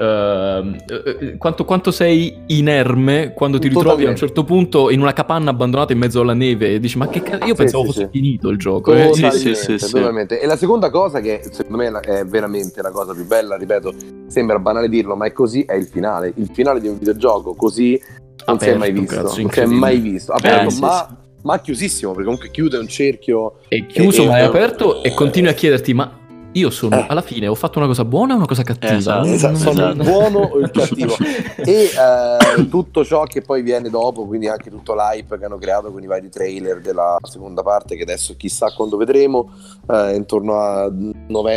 ehm, eh, quanto, quanto sei inerme quando ti ritrovi a un
Totalmente.
certo punto in una capanna abbandonata in mezzo alla neve e dici: Ma che cazzo? Io
Sì,
pensavo
sì,
fosse
sì.
finito il gioco. eh.
Totalmente,
Sì, sì, sì, sì.
totalmente. E la seconda cosa che secondo me è la- è veramente la cosa più bella, ripeto, sembra banale dirlo, ma è così, è il finale. Il finale di un videogioco così non si è mai
Aperto,
visto,
cazzo,
non si è mai visto. Aperto,
Eh, sì,
ma, ma chiusissimo, perché comunque chiude un cerchio.
È chiuso,
Eh,
ma è
eh,
aperto e continui a chiederti: ma io sono
Eh.
alla fine ho fatto una cosa buona o una cosa cattiva?
Eh, esatto,
Esatto, sono il
esatto.
buono o il cattivo. e eh, tutto ciò che poi viene dopo, quindi anche tutto l'hype che hanno creato con i vari trailer della seconda parte, che adesso chissà quando vedremo, eh, intorno a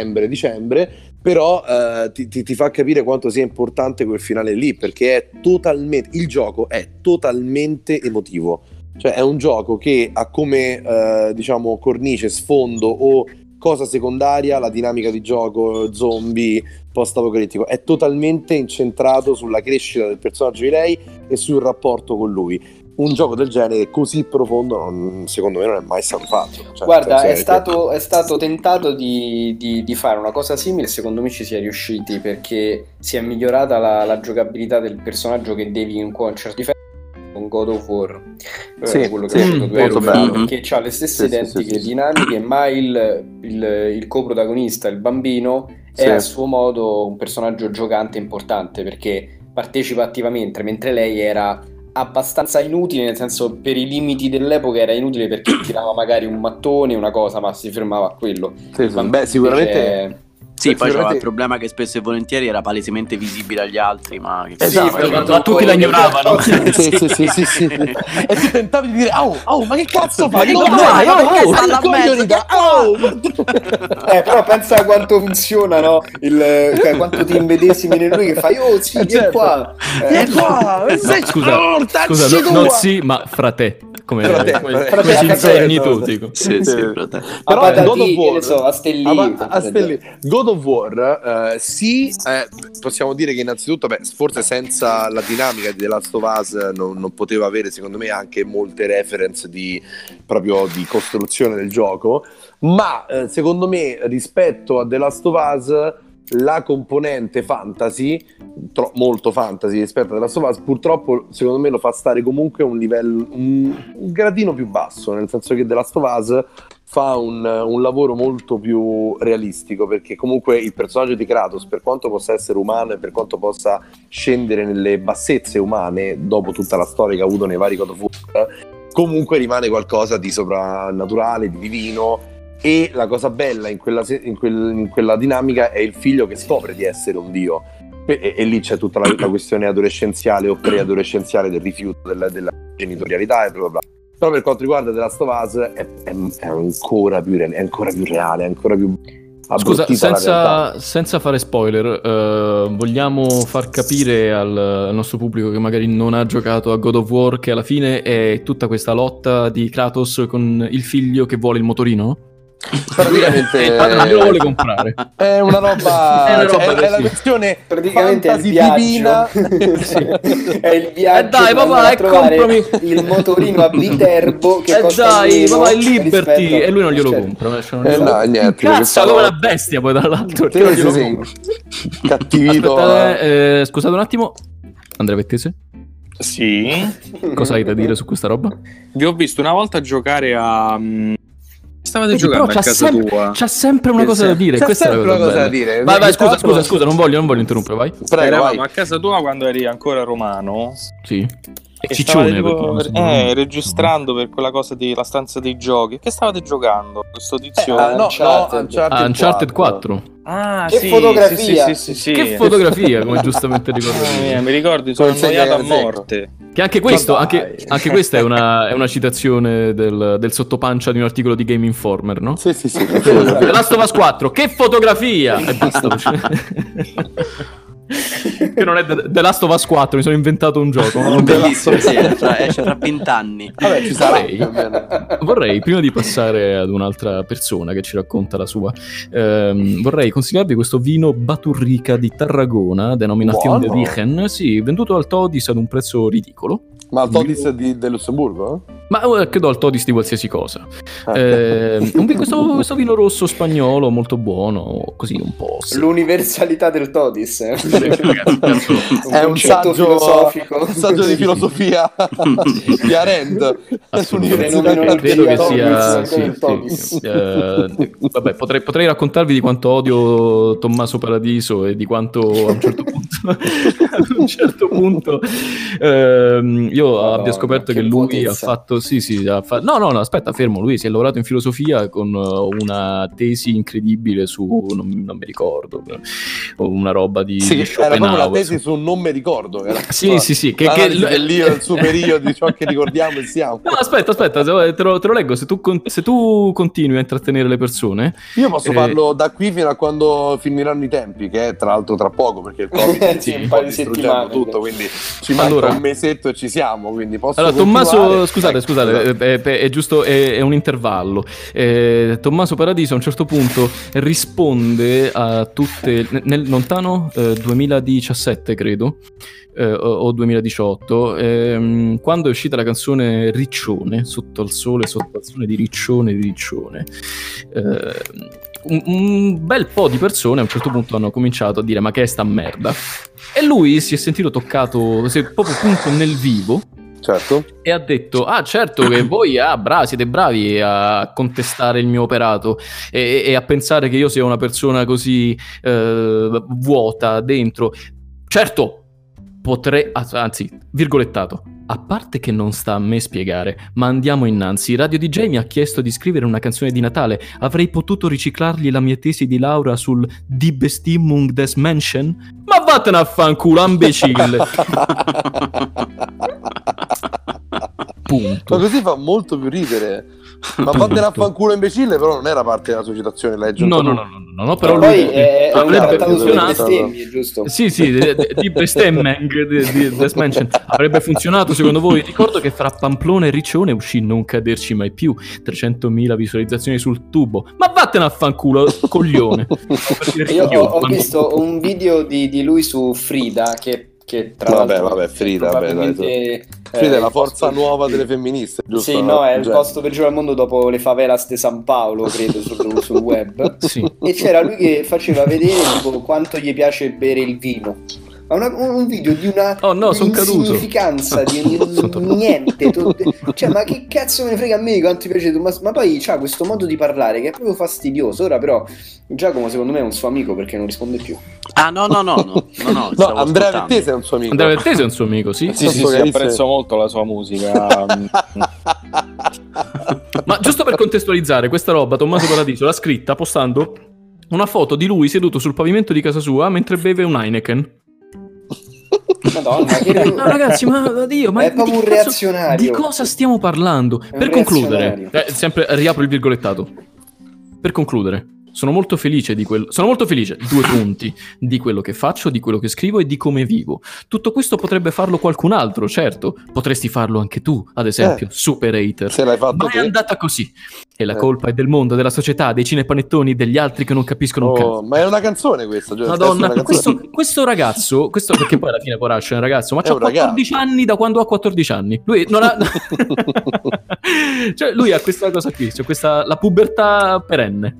novembre-dicembre, però eh, ti, ti- ti fa capire quanto sia importante quel finale lì, perché è totalmente, il gioco è totalmente emotivo. Cioè è un gioco che ha come, eh, diciamo, cornice, sfondo o cosa secondaria la dinamica di gioco, zombie, post-apocalittico. È totalmente incentrato sulla crescita del personaggio di lei e sul rapporto con lui. Un gioco del genere così profondo, non- secondo me, non è mai stato fatto. Cioè,
Guarda,
nel senso
è
che-
stato, è stato tentato di, di- di fare una cosa simile, secondo me ci si è riusciti perché si è migliorata la, la giocabilità del personaggio che devi incontrare di con God of War. Eh,
Sì,
quello che
sì,
hai detto tu,
molto Mm-hmm.
Ero,
bello.
Che ha le
Sì,
stesse
sì,
identiche
sì, sì.
dinamiche, ma il, il, il coprotagonista, il bambino, è
Sì.
a suo modo un personaggio giocante importante perché partecipa attivamente, mentre lei era abbastanza inutile, nel senso per i limiti dell'epoca era
*coughs*
inutile perché tirava magari un mattone, una cosa, ma si fermava a quello.
Sì, sì. eh. Beh, sicuramente.
Invece-
Sì, poi c'era
Sicuramente-
il problema che spesso e volentieri era palesemente visibile agli altri, ma che
Esatto,
cazzo,
ma-
cioè,
ma tutti la ignoravano.
*laughs* Sì, sì, sì, sì, sì, sì.
*laughs*
*laughs* E tu tentavi di dire, oh, oh, ma che cazzo *laughs* fa?
che
No,
cazzo
dai,
fai?
no,
Ma perché
oh,
sta là
che
in mezzo?
coglioni da- oh, *laughs* guarda-
Eh, però pensa a quanto funziona, no? Il, cioè, quanto ti imbedesimi in lui che fai, oh sì,
Eh,
vieni
certo.
qua. Eh,
Vieni qua, sei
scusa,
mortacci
Scusa, no- non
tua.
sì, ma fra te. Come,
Frate,
come-
frate,
come ci
frate,
insegni
frate.
tu, dico.
Sì, sì, fratello.
a
però
patatine,
God of War-
che ne so, a stelli.
Ah, ma- aspetta lì. God of War, eh, sì, eh, possiamo dire che innanzitutto, beh, forse senza la dinamica di The Last of Us eh, non, non poteva avere, secondo me, anche molte reference di, proprio di costruzione del gioco, ma eh, secondo me rispetto a The Last of Us la componente fantasy, tro- molto fantasy rispetto a The Last of Us, purtroppo secondo me lo fa stare comunque a un livello, un, un gradino più basso, nel senso che The Last of Us fa un, un lavoro molto più realistico perché comunque il personaggio di Kratos per quanto possa essere umano e per quanto possa scendere nelle bassezze umane dopo tutta la storia che ha avuto nei vari God of War comunque rimane qualcosa di soprannaturale, di divino e la cosa bella in quella, se- in quel- in quella dinamica è il figlio che scopre di essere un dio e, e- e lì c'è tutta la, la questione adolescenziale o preadolescenziale del rifiuto della, della genitorialità e bla bla bla però per quanto riguarda The Last of Us è, è- è ancora, più, re- è ancora più reale, è ancora più
Scusa,
abbruttita la realtà.
senza, senza fare spoiler, eh, vogliamo far capire al, al nostro pubblico che magari non ha giocato a God of War che alla fine è tutta questa lotta di Kratos con il figlio che vuole il motorino? *laughs*
Praticamente-
Il padre non glielo
*laughs*
vuole comprare.
È una roba,
*laughs* È
è,
una roba
è, la
così.
versione
Praticamente è il
fantasy divina.
*laughs* viaggio. è il viaggio.
Eh dai,
per andare
papà,
a
e
trovare
comprami.
Il motorino a
*laughs*
Viterbo che
Eh
costa
dai,
meno
papà, è Liberty
rispetto-
e lui non glielo
Certo.
compra. eh, cioè, non
Eh,
glielo-
no, niente,
Cazzo,
questa
come
roba-
una bestia poi dall'altro. perché non
Sì,
glielo
sì,
compra.
sì. Cattivito.
Aspettate, eh, scusate un attimo. Andrea Vettese,
Sì.
cosa hai da dire su questa roba?
Vi ho visto una volta giocare a. mm, Stavate
Vedi,
giocando
però
a
c'ha
casa
sempre-
tua.
C'ha sempre una
Che
cosa
se-
da dire.
C'è
Questa è la
sempre
cosa
una cosa
bella.
da dire.
Vai, vai,
Tra
scusa,
l'altro-
scusa, scusa, non voglio, non voglio interrompere, vai.
Prego, vai.
Eravamo a casa tua quando eri ancora romano.
Sì. E
E stavate
ciccione.
tipo-
perché non so-
eh, registrando per quella cosa della stanza dei giochi. Che stavate giocando? Questo tizio.
Ah, no, no,
Uncharted.
Uncharted,
Ah, Uncharted 4.
Ah,
Che
sì,
fotografia!
Sì, sì, sì, sì, sì.
Che fotografia, come giustamente
Mamma
ricordavi.
mia, mi ricordo, sono
Consegna
annoiato a
alla secco.
morte.
Che anche questo,
Ma
anche,
dai.
anche questa è una, è una citazione del, del sottopancia di un articolo di Game Informer, no?
Sì, sì,
*laughs*
sì.
The Last of Us 4, che fotografia! E basta. cioè. che non è The The Last of Us 4, mi sono inventato un gioco. ma non-
*laughs*
Bellissimo, sì, tra- esce tra vent'anni.
Vabbè, ci sarà.
*laughs*
Vorrei-
più o meno.
Vorrei, prima di passare ad un'altra persona che ci racconta la sua, ehm, vorrei consigliarvi questo vino Baturrica di Tarragona, denominazione
Buono.
di Richen, sì, venduto al Todis ad un prezzo ridicolo.
Ma il Todis di, del Lussemburgo? eh?
Ma ora credo al Todis di qualsiasi cosa.
Certo.
Eh, un vi- questo, questo vino rosso spagnolo molto buono, così un po'. se-
L'universalità del Todis. eh.
Ragazzi, cazzo.
È un
concetto
saggio-
filosofico.
Un saggio
*laughs*
di filosofia di Arendt.
Assolutamente.
Fenomeno
Credo che
energia,
sia.
Tobis,
sì,
Tobis.
sì. Eh, vabbè, potrei, potrei raccontarvi di quanto odio Tommaso Paradiso e di quanto a un certo punto, *laughs* a un certo punto, ehm, io
Madonna,
abbia scoperto
che
che, lui ha
vuotezza.
fatto. Sì, sì, ha fa- no, no, no, aspetta, fermo. Lui si è lavorato in filosofia con eh, una tesi incredibile su. Non, non mi ricordo, una roba di,
Sì,
di
era proprio la
Schopenhauer.
tesi su non mi ricordo. Era
Sì, sì, sì, che-
Che, che...
che-
Dell'io,
*laughs*
il superiore di ciò che ricordiamo e siamo.
No, aspetta, aspetta, se- te lo, te lo leggo. Se tu, con- se tu continui a intrattenere le persone,
Io posso
Eh.
farlo da qui fino a quando finiranno i tempi, che è tra l'altro tra poco, perché il Covid
*laughs* Sì,
sta
un
un
paio
po'
di
distruggendo
settimane.
tutto, quindi ci manca
Allora.
un mesetto e ci siamo, quindi posso
allora Tommaso,
continuare.
scusate,
Ecco,
scusate, eh, eh, è, giusto, è, è un intervallo. Eh, Tommaso Paradiso a un certo punto risponde a tutte, nel, nel lontano eh, 2017 credo, eh, o, o 2018, ehm, quando è uscita la canzone Riccione, Sotto al sole, sotto al sole di Riccione, di Riccione. eh, un, un bel po' di persone a un certo punto hanno cominciato a dire ma che è sta merda e lui si è sentito toccato si è proprio punto nel vivo
Certo.
e ha detto ah certo che voi ah, bra- siete bravi a contestare il mio operato e, e a pensare che io sia una persona così eh, vuota dentro certo potrei ah, anzi virgolettato a parte che non sta a me spiegare, ma andiamo innanzi. Radio DJ mi ha chiesto di scrivere una canzone di Natale. Avrei potuto riciclargli la mia tesi di Laura sul Die Bestimmung des Menschen? Ma vattene a fanculo,
*laughs*
imbecille!
Ma
Punto.
così fa molto più ridere. Ma vattene a fanculo imbecille, però non era parte della societazione legge.
No, no, no, no, no, no, però
Però
lui...
poi eh, è, è un
avrebbe
trattato sulle
funzionato.
bestemmie, giusto?
Sì, sì, de- de- di Bestemmeng di, di Death Mansion avrebbe funzionato secondo voi? Ricordo che fra Pamplona e Riccione uscì Non caderci mai più, 300.000 visualizzazioni sul tubo. Ma vattene a fanculo,
*laughs*
coglione. Perché
Io ho, ho
coglione.
visto un video di, di lui su Frida che, che tra
Vabbè,
l'altro
vabbè, Frida, vabbè, dai,
probabilmente,
Frida
eh,
è la forza
sì.
nuova delle femministe, giusto?
Sì, no, è il
Cioè,
posto peggiore al mondo dopo le favelas di San Paolo, credo,
*laughs*
sul, sul web.
Sì.
E c'era lui che faceva vedere tipo, quanto gli piace bere il vino. Ma una- un un video di una
Oh no, son caduto.
insignificanza, di
Sono tornato.
un- niente. to- cioè, ma che cazzo me ne frega a me quanto ti piace Tommaso? Ma poi c'ha questo modo di parlare che è proprio fastidioso. Ora, però, Giacomo, secondo me, è un suo amico perché non risponde più.
Ah, no, no, no, no, no, no,
No,
stavo
Andrea
ascoltando.
Vettese è un suo amico.
Andrea Vettese è un suo amico, sì.
Sì, sì, sì,
Sostanzialmente-
apprezzo molto la
*laughs*
sua musica. Mm.
Ma giusto per contestualizzare, questa roba Tommaso Paradiso l'ha scritta postando una foto di lui seduto sul pavimento di casa sua mentre beve un Heineken.
Madonna, che
Ma ragazzi,
*laughs*
ma Dio, ma
È proprio
di
un
cosa-
reazionario.
Di cosa stiamo parlando? per concludere,
reazionario.
eh, sempre riapro il virgolettato. Per concludere, sono molto felice di quello. Sono molto felice, due punti, di quello che faccio, di quello che scrivo e di come vivo. Tutto questo potrebbe farlo qualcun altro, certo. Potresti farlo anche tu, ad esempio,
Eh.
super hater.
Se l'hai fatto
Ma è
te.
andata così. E la
Eh.
colpa è del mondo, della società, dei cinepanettoni, degli altri che non capiscono un
Oh,
cazzo.
ma è una canzone questa, cioè,
Madonna,
adesso è una canzone.
questo, questo ragazzo, questo perché poi alla fine poraccio è un ragazzo, ma
È
ha
un ragazzo.
14 anni da quando ha 14 anni. Lui non
*laughs*
ha... cioè, lui ha questa cosa qui, cioè questa, la pubertà perenne.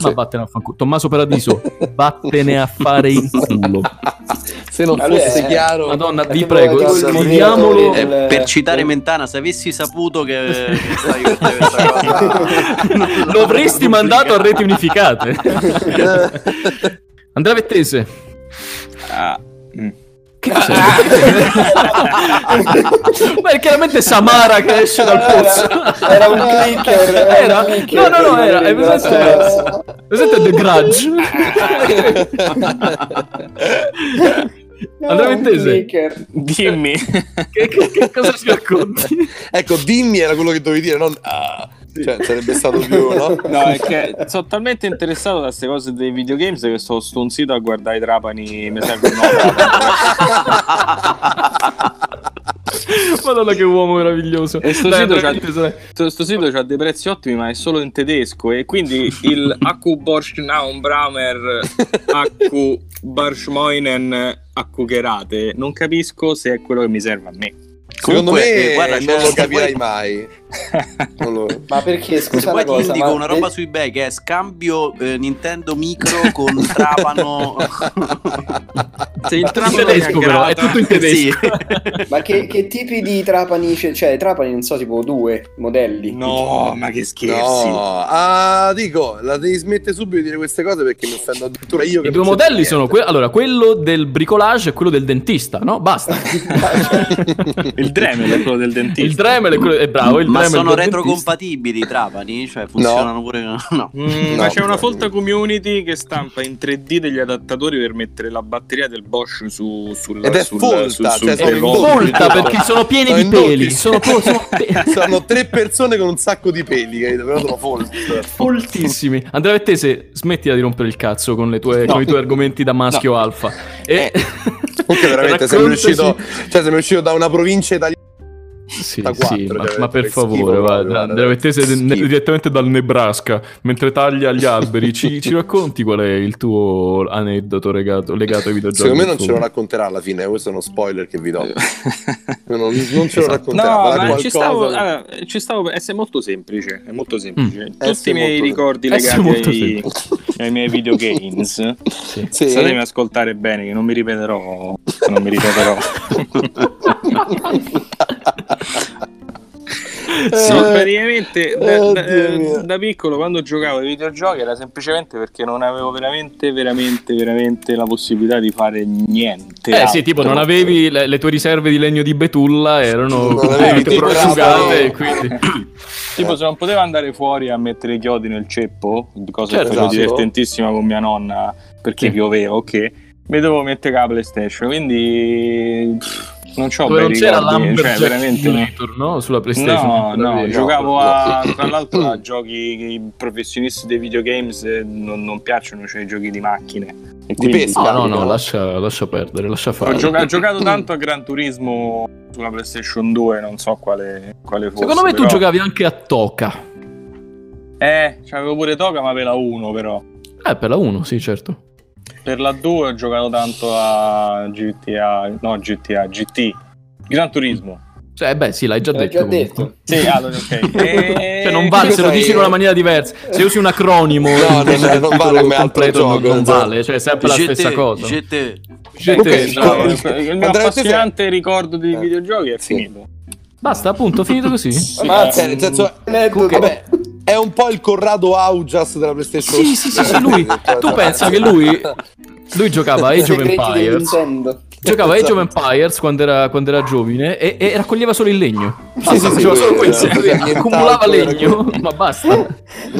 Ma
Sì.
vattene a fanculo. Tommaso Paradiso, vattene a fare in culo.
*laughs* Se non
Ma lui
fosse
è-
chiaro,
Madonna, vi
tipo
prego,
tipo il
scriviamolo...
moderatore
Eh,
del-
per citare Mentana, se avessi saputo che,
*laughs*
che stavi per dire questa cosa, non l'avrei
Lo avresti
pubblicata.
mandato a reti unificate. Andrea Vettese,
Ah, mm.
Che
*laughs*
cos'è? Ma è chiaramente Samara che esce dal pozzo.
Era un clicker,
Era?
era un clicker.
No, no, no, era. È
Era
presente, è presente The Grudge.
*laughs*
Andrea
Era un
Vettese.
clicker.
Cioè,
Dimmi.
che, che- che cosa ci racconti?
ecco, dimmi era quello che dovevi dire, non ah. Cioè, sarebbe stato più,
*laughs*
no?
No, è che sono talmente interessato da queste cose dei videogames che sto stonzito a guardare i Trapani. Mi serve un
*laughs* Madonna, che uomo meraviglioso.
E sto
Dai,
sito
Andrea
c'ha-
Vettese,
Sto, sto sito ha dei prezzi ottimi, ma è solo in tedesco. E quindi *laughs* il Akku Borsch Naumbrammer Akku Barschmoinen Akku Gerate. Non capisco se è quello che mi serve a me.
Secondo
Comunque,
me
eh, guarda,
non
c'è-
lo
se
capirai
vuoi-
mai.
*laughs*
Allora,
Ma perché,
Se
scusa
vuoi
una
ti
cosa,
indico
ma
una roba sui eBay che è scambio eh, Nintendo Micro con Trapano.
Se il
In
trapano
Ah, tedesco
è
però, è *laughs*
grata-
tutto in tedesco.
*laughs*
ma che, che tipi di trapani c'è? Cioè, trapani, non so, tipo due modelli.
*laughs* No, ma che scherzi.
no, ah, dico, la devi smettere subito di dire queste cose perché mi offendo addirittura io. che
*laughs* I due
non c'entro
modelli
niente.
sono que- allora, quello del bricolage e quello del dentista, no? Basta.
*laughs* Il Dremel è quello del dentista.
Il Dremel è quello è bravo, il
Ma
Dremel
sono
del dentista.
retrocompatibili i Trapani? Cioè funzionano pure. No. *laughs*
Mm,
No,
ma c'è una
no.
folta community che stampa in 3D degli adattatori per mettere la batteria del Bosch su, sul,
Ed è
sul,
folta,
sul- sul
cioè, sono
telefono.
in
Folta Eh, perché sono pieni
Sono
di
in dotti.
peli, sono, po-
*laughs*
sono pe-
Sono tre persone con un sacco di peli, capito? Però
*laughs*
sono folti.
foltissimi. Andrea Vettese, smettila di rompere il cazzo con, le tue-
No.
con i tuoi argomenti da maschio
No.
alfa. E... *laughs*
Comunque, veramente, sei
Raccontaci-
riuscito, cioè, sei uscito da una provincia italiana.
Sì,
84,
sì, ma,
cioè,
ma per
è schifo
favore,
proprio,
guarda,
guarda,
Andrea Vettese
schifo.
ne- direttamente dal Nebraska, mentre taglia gli alberi, ci,
*laughs*
ci racconti qual è il tuo aneddoto legato, legato ai videogiochi?
Secondo me non ce lo
insomma?
racconterà alla fine, questo è uno spoiler che vi do.
Eh.
Non, non
Esatto.
ce lo
No,
racconterà. farà
ma ci
qualcosa-
stavo, allora, ci stavo per essere molto semplice, è molto semplice.
Mm.
Tutti
Essere
i miei
molto-
ricordi
essere
legati
molto
ai, ai miei videogames.
Sì.
Sì.
Statemi ad ascoltare bene, che non mi ripeterò. Non mi
*laughs*
ripeterò.
Eh,
Sì, praticamente da,
Oh,
da-
Dio mio.
da piccolo quando giocavo ai videogiochi era semplicemente perché non avevo veramente, veramente, veramente la possibilità di fare niente.
Eh sì,
altro.
tipo non avevi le, le tue riserve di legno di betulla erano
Non
completamente
avevi tipo
prosciugate
la-
e quindi
Tipo, se non potevo andare fuori a mettere i chiodi nel ceppo, cosa
Certo.
che facevo
Esatto.
divertentissima con mia nonna perché
Sì.
pioveva, ok. Mi dovevo mettere la PlayStation, quindi pff, non c'ho
dove
bei
non c'era eh,
ricordi,
l'Amberjack
cioè veramente
Simulator, no? Sulla PlayStation.
No, no,
Avevi-
giocavo a
no.
tra l'altro a giochi che i professionisti dei videogames eh, non, non piacciono, cioè i giochi di macchine. E quindi-
pesca.
No, no, no, lascia, lascia perdere, lascia fare.
Ho, gioca- ho giocato tanto a Gran Turismo sulla PlayStation 2, non so quale, quale fosse.
Secondo me tu
però-
giocavi anche a Toca.
Eh, c'avevo pure Toca, ma per la 1 però.
Eh, per la 1, sì, certo.
Per la 2 ho giocato tanto a GTA, no GTA, GT, Gran Turismo.
Cioè, beh, sì, l'hai già
L'hai
detto.
già
comunque.
detto.
Sì, allora, ok. E-
Cioè, non vale, se lo
Sai-
dici in una maniera diversa. Se usi un acronimo,
No,
invece
non-
del
non
titolo
vale come altro
completo, non-
gioco,
non
insomma.
vale, cioè, è sempre la
GT,
stessa cosa.
GT.
Cioè,
Ok,
quindi,
no.
no, il, il mio
Andrea, te sei-
appassionante ricordo di
Eh.
videogiochi è
Sì.
finito.
Basta, appunto, finito così.
Sì,
Ma
eh,
cioè, nel senso,
Aneddoto.
vabbè, è un po' il Corrado Augias della PlayStation.
Sì, sì, sì, sì, lui. Tu pensa che lui. Lui giocava a
I
Age of
segreti di
Empires.
Nintendo.
Giocava a Age of Empires quando era, quando era giovane e, e raccoglieva solo il legno. Basta,
Sì, sì, sì,
faceva solo
lui
quel
era-
segrete,
nient'altro
accumulava
era
legno, ma basta.
Non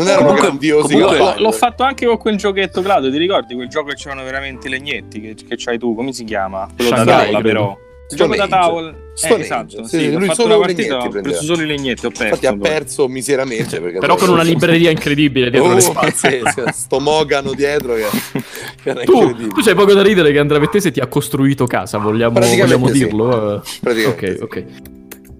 erano
Comunque-
grandiosi
comunque-
L'ho,
campagni.
l'ho fatto anche con quel giochetto, Claudio. Ti ricordi quel gioco che c'erano veramente i legnetti? Che, che c'hai tu? Come si chiama? Quello da
Shanghai,
tavola,
credo.
però. Il gioco da
Stonehenge.
tavola. Eh,
Stonehenge.
esatto.
Sì,
Sì,
lui
ho fatto
solo
una partita,
legnetti
ho preso
prendeva.
solo i legnetti. Ho perso.
Infatti ha
poi.
perso miseramente. perché
Però con una
sono-
libreria incredibile dietro le
Oh,
spalle.
pazzesca, sto mogano dietro che, che era
Tu,
incredibile.
tu c'hai poco da ridere che Andrea Vettese ti ha costruito casa, vogliamo,
Praticamente
vogliamo
sì.
dirlo? Eh,
Praticamente
Ok, ok.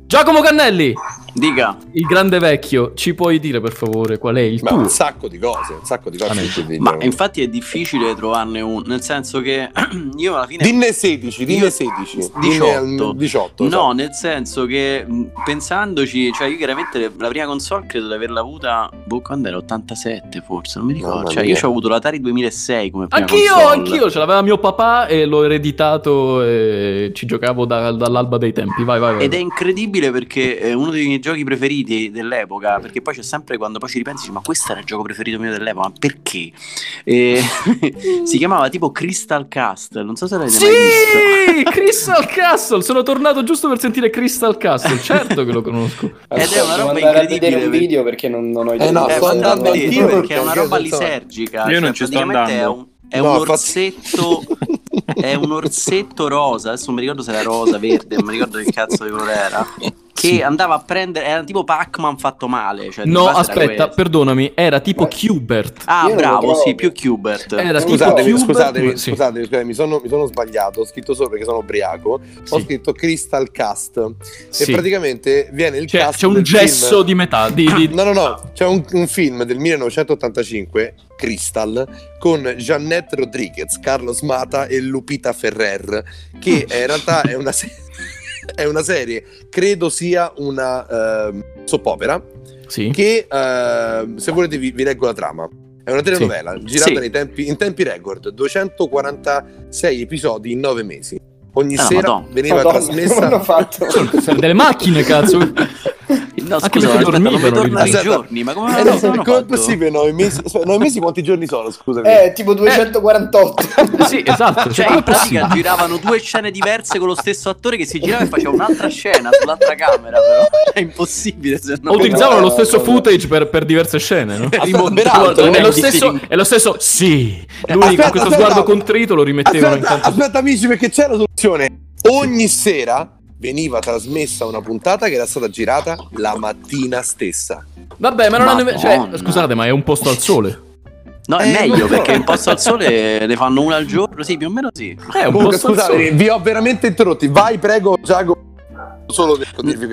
Giacomo Cannelli,
Dica.
il grande vecchio, ci puoi dire per favore qual è il
Ma
tuo?
un sacco di cose, un sacco di cose.
Ah,
che ti
Ma
dicono.
infatti è difficile trovarne uno, nel senso che *clears throat* io alla fine...
Dinne 16, dinne
Io-
16.
18.
Dinne 18.
No, nel senso che mh, pensandoci, cioè io chiaramente le- la prima console credo di averla avuta, boh, quando era 87 forse, non mi ricordo,
Mamma
cioè
mia.
io ho avuto l'Atari 2006 come prima
Anch'io,
console.
anch'io, ce l'aveva mio papà e l'ho ereditato e ci giocavo da- dall'alba dei tempi. Vai, vai, vai.
Ed è incredibile perché è uno dei miei giochi preferiti dell'epoca, perché poi c'è sempre quando poi ci ripensi, dici, ma questo era il gioco preferito mio dell'epoca, ma perché? E- *laughs* si chiamava tipo Crystal Cast, non so se l'avete
Sì, Eh,
mai
*laughs*
visto.
Crystal Castle, sono tornato giusto per sentire Crystal Castle, certo che lo
*laughs*
conosco.
Ed è una
Devo
roba
andare a
incredibile,
vedere un
perché-
video perché non, non ho
Eh, no,
Eh,
sto
fatelo
andando
a vedere
anch'io
perché è una
perché
roba
sono-
lisergica.
Io
cioè,
non ci sto
praticamente
andando.
È un, è
No,
un
infatti- *laughs*
orsetto. è un orsetto rosa. Adesso non mi ricordo se era rosa, verde, non mi ricordo che cazzo di colore era. Che andava a prendere. Era tipo Pac-Man fatto male. Cioè, di
No,
base era
aspetta,
quello.
perdonami, era tipo
Ma-
Qbert.
Ah,
Io non lo
bravo,
trovo.
sì, più Qbert.
Era
Scusatemi,
tipo Qbert,
scusatemi,
sì.
scusatemi, scusatemi, mi sono, mi sono sbagliato. Ho scritto solo perché sono ubriaco. Ho
Sì.
scritto Crystal Cast.
Sì.
E praticamente viene il
C'è,
cast.
Cioè, c'è un
del
gesso
film-
di metà. Di,
*laughs*
di-
No, no, no, c'è un, un film del 1985, Crystal, con Jeannette Rodriguez, Carlos Mata e Lupita Ferrer, che eh, in realtà è una serie... *laughs* è una serie, credo sia una ehm, soppopera,
Sì.
che ehm, se volete vi, vi leggo la trama. È una telenovela girata
Sì.
nei tempi- in tempi record, 246 episodi in 9 mesi. Ogni
Ah,
sera
Madonna.
veniva trasmessa... Eh, Cioè,
come
*laughs*
hanno fatto?
Sono delle macchine, cazzo. Eh
No,
Anche
scusa,
perché
aspetta,
dormivano
come tornano i
lì.
giorni? Ma come,
Eh
ma
no,
come hanno
com'è
fatto?
possibile? 9 mesi, aspetta, nove mesi quanti giorni sono? Scusami. *laughs*
Eh,
*laughs*
tipo 248.
sì, esatto. Cioè,
Cioè,
com'è
in pratica
possibile?
giravano due scene diverse con lo stesso attore che si girava e faceva un'altra scena sull'altra camera, però è impossibile se no.
O Utilizzavano
no,
lo
no,
stesso
no.
footage per, per diverse scene, no?
Aspetta,
rimontato,
peraltro,
non
È lo,
un
stesso,
editing.
è lo stesso, sì. Lui
Aspetta,
con questo
aspetta.
sguardo contrito lo rimettevano
aspetta,
intanto.
aspetta, amici, perché c'è la soluzione. Ogni sera veniva trasmessa una puntata che era stata girata la mattina stessa.
Vabbè, ma non hanno. Cioè,
Madonna.
scusate, ma è un posto al sole.
No, è
Eh,
meglio
non so.
perché in posto al sole ne fanno una al giorno, sì, più o meno sì.
Eh, È un
Comunque,
posto al
scusate,
sole.
vi ho veramente interrotti. Vai, prego, Giacomo. Solo del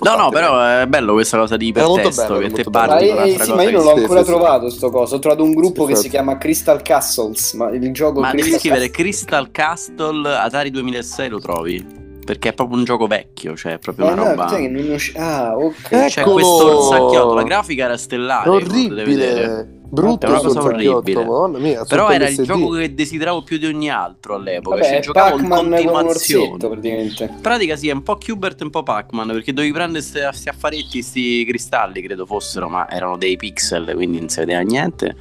No, no,
eh.
però è bello questa cosa di
Era molto
ipertesto
bello,
che
molto
te
bello.
Ma,
parli di
eh,
un'altra
sì,
cosa.
ma io
che-
non l'ho
sì,
ancora
sì, sì.
trovato sto coso. Ho trovato un gruppo che
Sì,
si chiama Crystal Castles, ma il gioco
Ma devi
Crystal
scrivere
Castles.
Crystal Castle Atari 2006 lo trovi, perché è proprio un gioco vecchio, cioè è proprio
Eh,
una
no,
roba...
sai che non riusci- Ah, ok.
Eh,
C'è
Eccolo!
questo orsacchiotto, la grafica era stellare, potete vedere.
Orribile. Brutto,
È una cosa
sul vecchiotto,
orribile.
Madonna mia,
Però
sotto
era il
LSD.
gioco che desideravo più di ogni altro all'epoca.
Vabbè,
cioè,
è
giocavo in
Pac-Man con un
continuazione.
orsetto praticamente.
In pratica sì, è un po' Qbert e un po' Pac-Man, perché dovevi prendere questi affaretti, questi cristalli, credo fossero, ma erano dei pixel, quindi non si vedeva niente.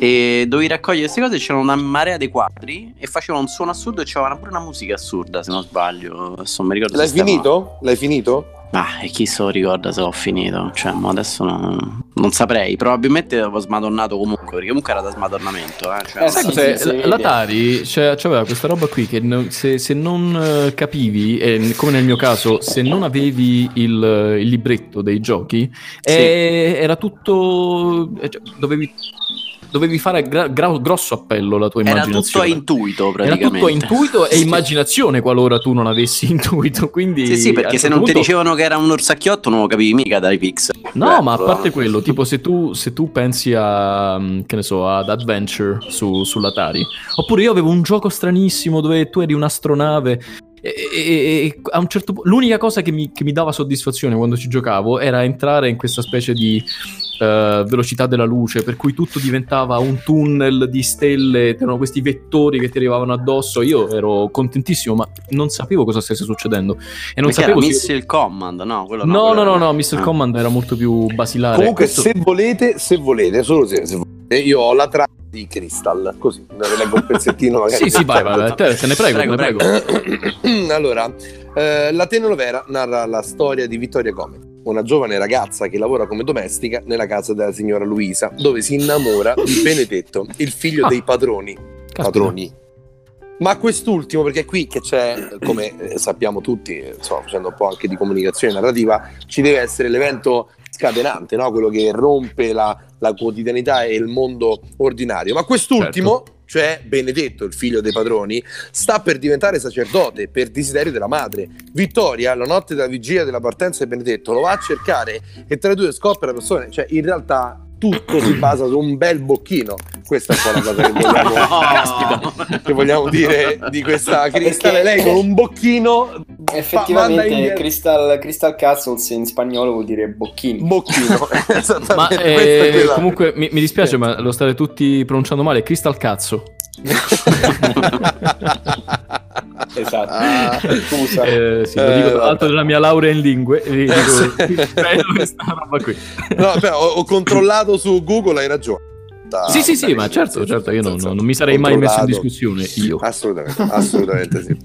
E dovevi raccogliere queste cose, c'era una marea dei quadri e faceva un suono assurdo e c'era pure una musica assurda, se non sbaglio. Adesso non mi ricordo
L'hai
se si chiamava-
finito? L'hai finito?
Ah, e chi se lo ricorda se ho finito? Cioè, mo adesso non, non saprei. Probabilmente l'avevo smadonnato comunque, perché comunque era da smadonnamento. Eh? Cioè,
Eh,
Sai
sì,
cos'è?
sì, sì,
L'Atari cioè, c'aveva questa roba qui che non- se, se non eh, capivi, e come nel mio caso, se non avevi il, il libretto dei giochi, eh, era tutto. eh, cioè, dovevi, dovevi fare gra- gra- grosso appello alla tua
era tutto a
immaginazione.
intuito,
Era
praticamente.
tutto a intuito e
Sì.
immaginazione qualora tu non avessi *laughs* intuito. Quindi
Sì, sì,
a
perché
un
se
certo
non ti
punto-
dicevano che era un orsacchiotto non lo capivi mica dai pixel.
No, ma a
Certo.
parte quello, tipo se tu, se tu pensi a, mm, che ne so, ad Adventure su, sull'Atari, oppure io avevo un gioco stranissimo dove tu eri un'astronave e, e- e- a un certo punto l'unica cosa che mi, che mi dava soddisfazione quando ci giocavo era entrare in questa specie di eh, velocità della luce, per cui tutto diventava un tunnel di stelle, c'erano questi vettori che ti arrivavano addosso, io ero contentissimo, ma non sapevo cosa stesse succedendo e non
Perché
sapevo
era
se-
Missile Command, no? Quello no,
No, no,
quello
no,
era-
no, Missile
Ah.
Command era molto più basilare.
Comunque,
Questo-
se volete, se volete, solo se, se volete, io ho la trama di Crystal. Così, me ne leggo
*laughs*
un pezzettino magari.
Sì, sì, vai, vai, vai, te, te ne prego,
Prego,
te ne prego.
*clears throat*
prego.
allora, eh, la telenovela narra la storia di Vittoria Gomez, una giovane ragazza che lavora come domestica nella casa della signora Luisa, dove si innamora di Benedetto, il
Ah.
figlio dei padroni.
Caspita.
Padroni. Ma quest'ultimo, perché è qui che c'è, come eh, sappiamo tutti, eh, insomma, facendo un po' anche di comunicazione narrativa, ci deve essere l'evento scatenante, no? quello che rompe la, la quotidianità e il mondo ordinario. Ma quest'ultimo, cioè Benedetto, il figlio dei padroni, sta per diventare sacerdote per desiderio della madre. Vittoria, la notte della vigilia della partenza di Benedetto, lo va a cercare e tra i due scoppia la persona. Cioè, in realtà tutto si basa su un bel bocchino. Questa è un po' la cosa che vogliamo,
*laughs* Caspita.
che vogliamo dire di questa cristale. Lei con un bocchino manda
Effettivamente
indietro.
Crystal, Crystal Castles in spagnolo vuol dire bocchini.
bocchino.
*laughs*
Esattamente.
Ma
Questa
eh,
è quella-
comunque mi, mi dispiace,
*laughs*
ma lo state tutti pronunciando male. Crystal cazzo.
Esatto.
Ah.
Scusa.
*laughs* Eh, sì, lo dico
Eh,
tra l'altro
vabbè.
della mia laurea in lingue. e dico, *laughs*
sì.
bello questa roba qui.
No, però ho, ho controllato su Google, hai ragione. Da-
sì, sì, sì,
da-
ma certo, certo, io non,
senza-
non mi sarei mai messo in
controllato.
discussione. Io.
Assolutamente,
*laughs*
assolutamente sì.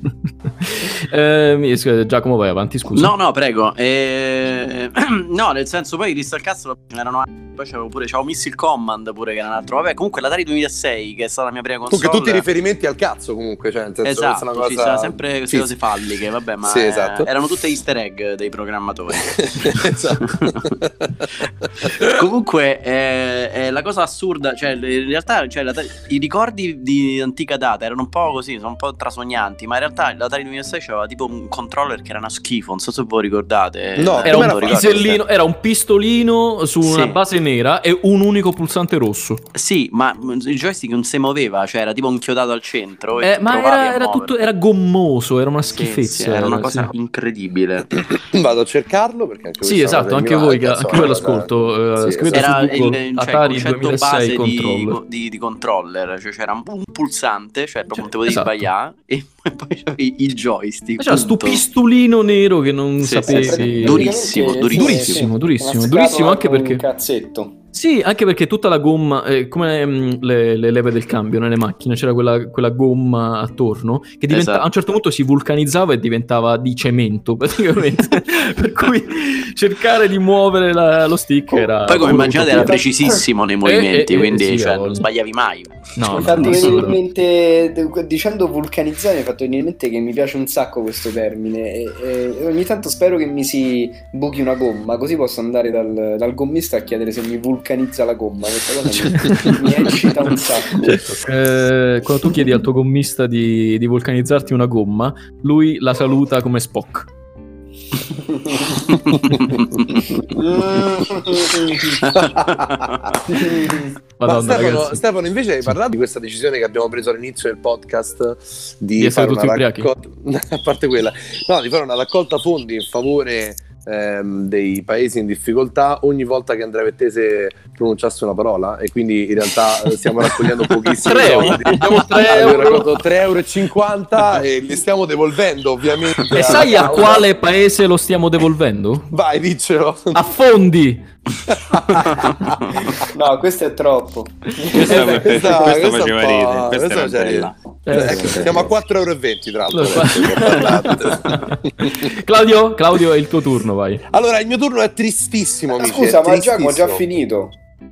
Eh, mi- scusa, Giacomo, vai avanti, scusa.
No, no, prego. Eh, *clears throat* no, nel senso, poi Crystal Castle ce n'erano altri. Poi c'avevo pure c'avevo Missile Command pure che era un altro. Vabbè, comunque l'Atari 2006 che è stata la mia prima
Comunque
console.
tutti i riferimenti al cazzo comunque, cioè nel senso questa è
Esatto,
una cosa...
sì, c'erano sempre queste
Sì.
cose falliche, vabbè, ma
Sì, esatto.
*laughs* eh, erano tutte easter egg dei
*laughs*
programmatori. *laughs*
esatto.
Comunque, eh, eh, la cosa assurda, cioè, in realtà cioè, l'Atari- i ricordi di antica data erano un po' così, sono un po' trasognanti, ma in realtà l'Atari 2006 c'aveva tipo un controller che era una schifo, non so se voi ricordate.
No,
Eh,
Era
Com'era
un,
ricordo,
fatto?
pisellino- era un pistolino su una
Sì.
base nera e un unico pulsante rosso.
Sì, ma il joystick non si muoveva, cioè era tipo inchiodato al centro. e
Eh, ma
provavi
era,
a
era tutto
muoverlo.
era gommoso, era una
Sì,
schifezza.
sì, era una
sì.
cosa incredibile.
Vado a cercarlo perché anche
Sì,
questa è
esatto,
una
anche
delle
voi,
mie marche,
anche voi
insomma,
l'ascolto. eh,
sì,
scrivete
esatto.
Era
su
il,
Google
cioè, il
Atari
concetto
2006
base di-
Control.
Di, di controller, cioè c'era un, un pulsante, cioè proprio non te potevi
esatto.
sbagliare, e *laughs* poi c'avevi il joystick.
C'era stu
punto.
pistolino nero che non
Sì,
sapevi.
sì, sì.
Durissimo.
Durissimo,
Sì,
durissimo.
Durissimo, durissimo,
Una
durissimo
scatola
anche
con un
perché-
cazzetto.
Sì, anche perché tutta la gomma, eh, come mh, le, le leve del cambio nelle macchine, c'era quella, quella gomma attorno che diventa-
Esatto.
a un certo punto si vulcanizzava e diventava di cemento *laughs* praticamente. per cui cercare di muovere la- lo stick era.
Poi come
un
immaginate era
utopia.
precisissimo nei movimenti,
eh,
quindi
sì,
cioè,
cavolo.
non sbagliavi
*laughs*
mai.
No,
mi
no,
ha fatto
no,
venire in
assolutamente.
mente, dicendo vulcanizzare, mi ha fatto venire in mente che mi piace un sacco questo termine. E, e ogni tanto spero che mi si buchi una gomma, così posso andare dal, dal gommista a chiedere se mi vulcanizza la gomma. Questa cosa *laughs* mi, mi eccita un sacco. *laughs*
*laughs* Eh, quando tu chiedi al tuo gommista di, di vulcanizzarti una gomma, lui la saluta come Spock.
Ma
Madonna,
Stefano,
ragazzi.
Stefano, invece hai
Sì.
parlato di questa decisione che abbiamo preso all'inizio del podcast di,
Di essere
fare
tutti
una
ubriachi?
raccolta, *laughs* a parte quella, no, di fare una raccolta fondi in favore ehm, dei paesi in difficoltà ogni volta che Andrea Vettese pronunciasse una parola e quindi in realtà eh,
*laughs*
stiamo raccogliendo pochissimi
Tre euro.
soldi.
Abbiamo *laughs* tre
Abbiamo
euro.
raccolto 3,50 euro e li stiamo devolvendo ovviamente.
E sai a
alla-
quale paese lo stiamo devolvendo?
Vai, diccelo.
A fondi!
No, questo è troppo.
*laughs* Questa,
Eh,
questa,
questa- questa
faceva
un po'-
ridere. Questa,
questa
era
faceva
bella.
ridere. Ecco, siamo a 4,20 euro tra
Eh, Lo so.
*laughs* l'altro.
*laughs* Claudio, Claudio, è il tuo turno, vai.
Allora, il mio turno è tristissimo, amici.
Scusa,
è
ma Giacomo ha già
tristissimo.
finito.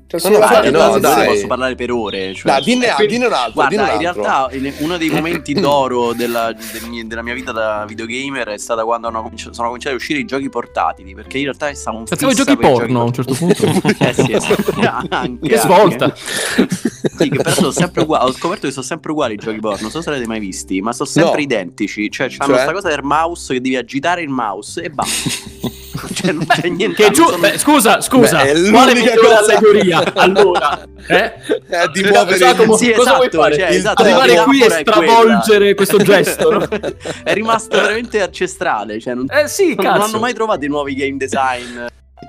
Cioè,
No, no,
solo
Ah,
la-
no,
la-
io
dai. ah,
posso parlare per ore. Cioè,
Dai, dinne,
quindi-
dinne un altro.
Guarda, in
dinne un altro.
realtà in- uno dei
*laughs*
momenti d'oro della, del mie- della mia vita da videogamer è stata quando hanno cominci- sono cominciati a uscire i giochi portatili, perché in realtà stavo un
Facciamo i giochi porno a un certo *laughs* punto.
Eh sì, esatto. Anche,
che svolta!
anche. Sì, che però sono sempre uguali. Ho scoperto che *laughs* sono sempre uguali i giochi porno. Non so se l'avete mai visti, ma sono sempre
No.
identici. Cioè, c'hanno
Cioè?
questa cosa del mouse che devi agitare il mouse e basta. *laughs* cioè, non c'è *laughs* niente.
Che giù,
non sono-
beh, scusa, scusa,
Beh, è
quale
l'unica
migliore
cosa-
allegoria?
*laughs*
Allora, eh?
Eh, di muovere
Giacomo,
Sì,
cosa vuoi
esatto,
fare?
cioè, esatto,
Arrivare
la
qui e
metafora è quella.
stravolgere questo gesto,
*laughs*
no?
è rimasto veramente ancestrale. Cioè, non,
Eh sì,
non
cazzo.
hanno mai trovato i nuovi game design.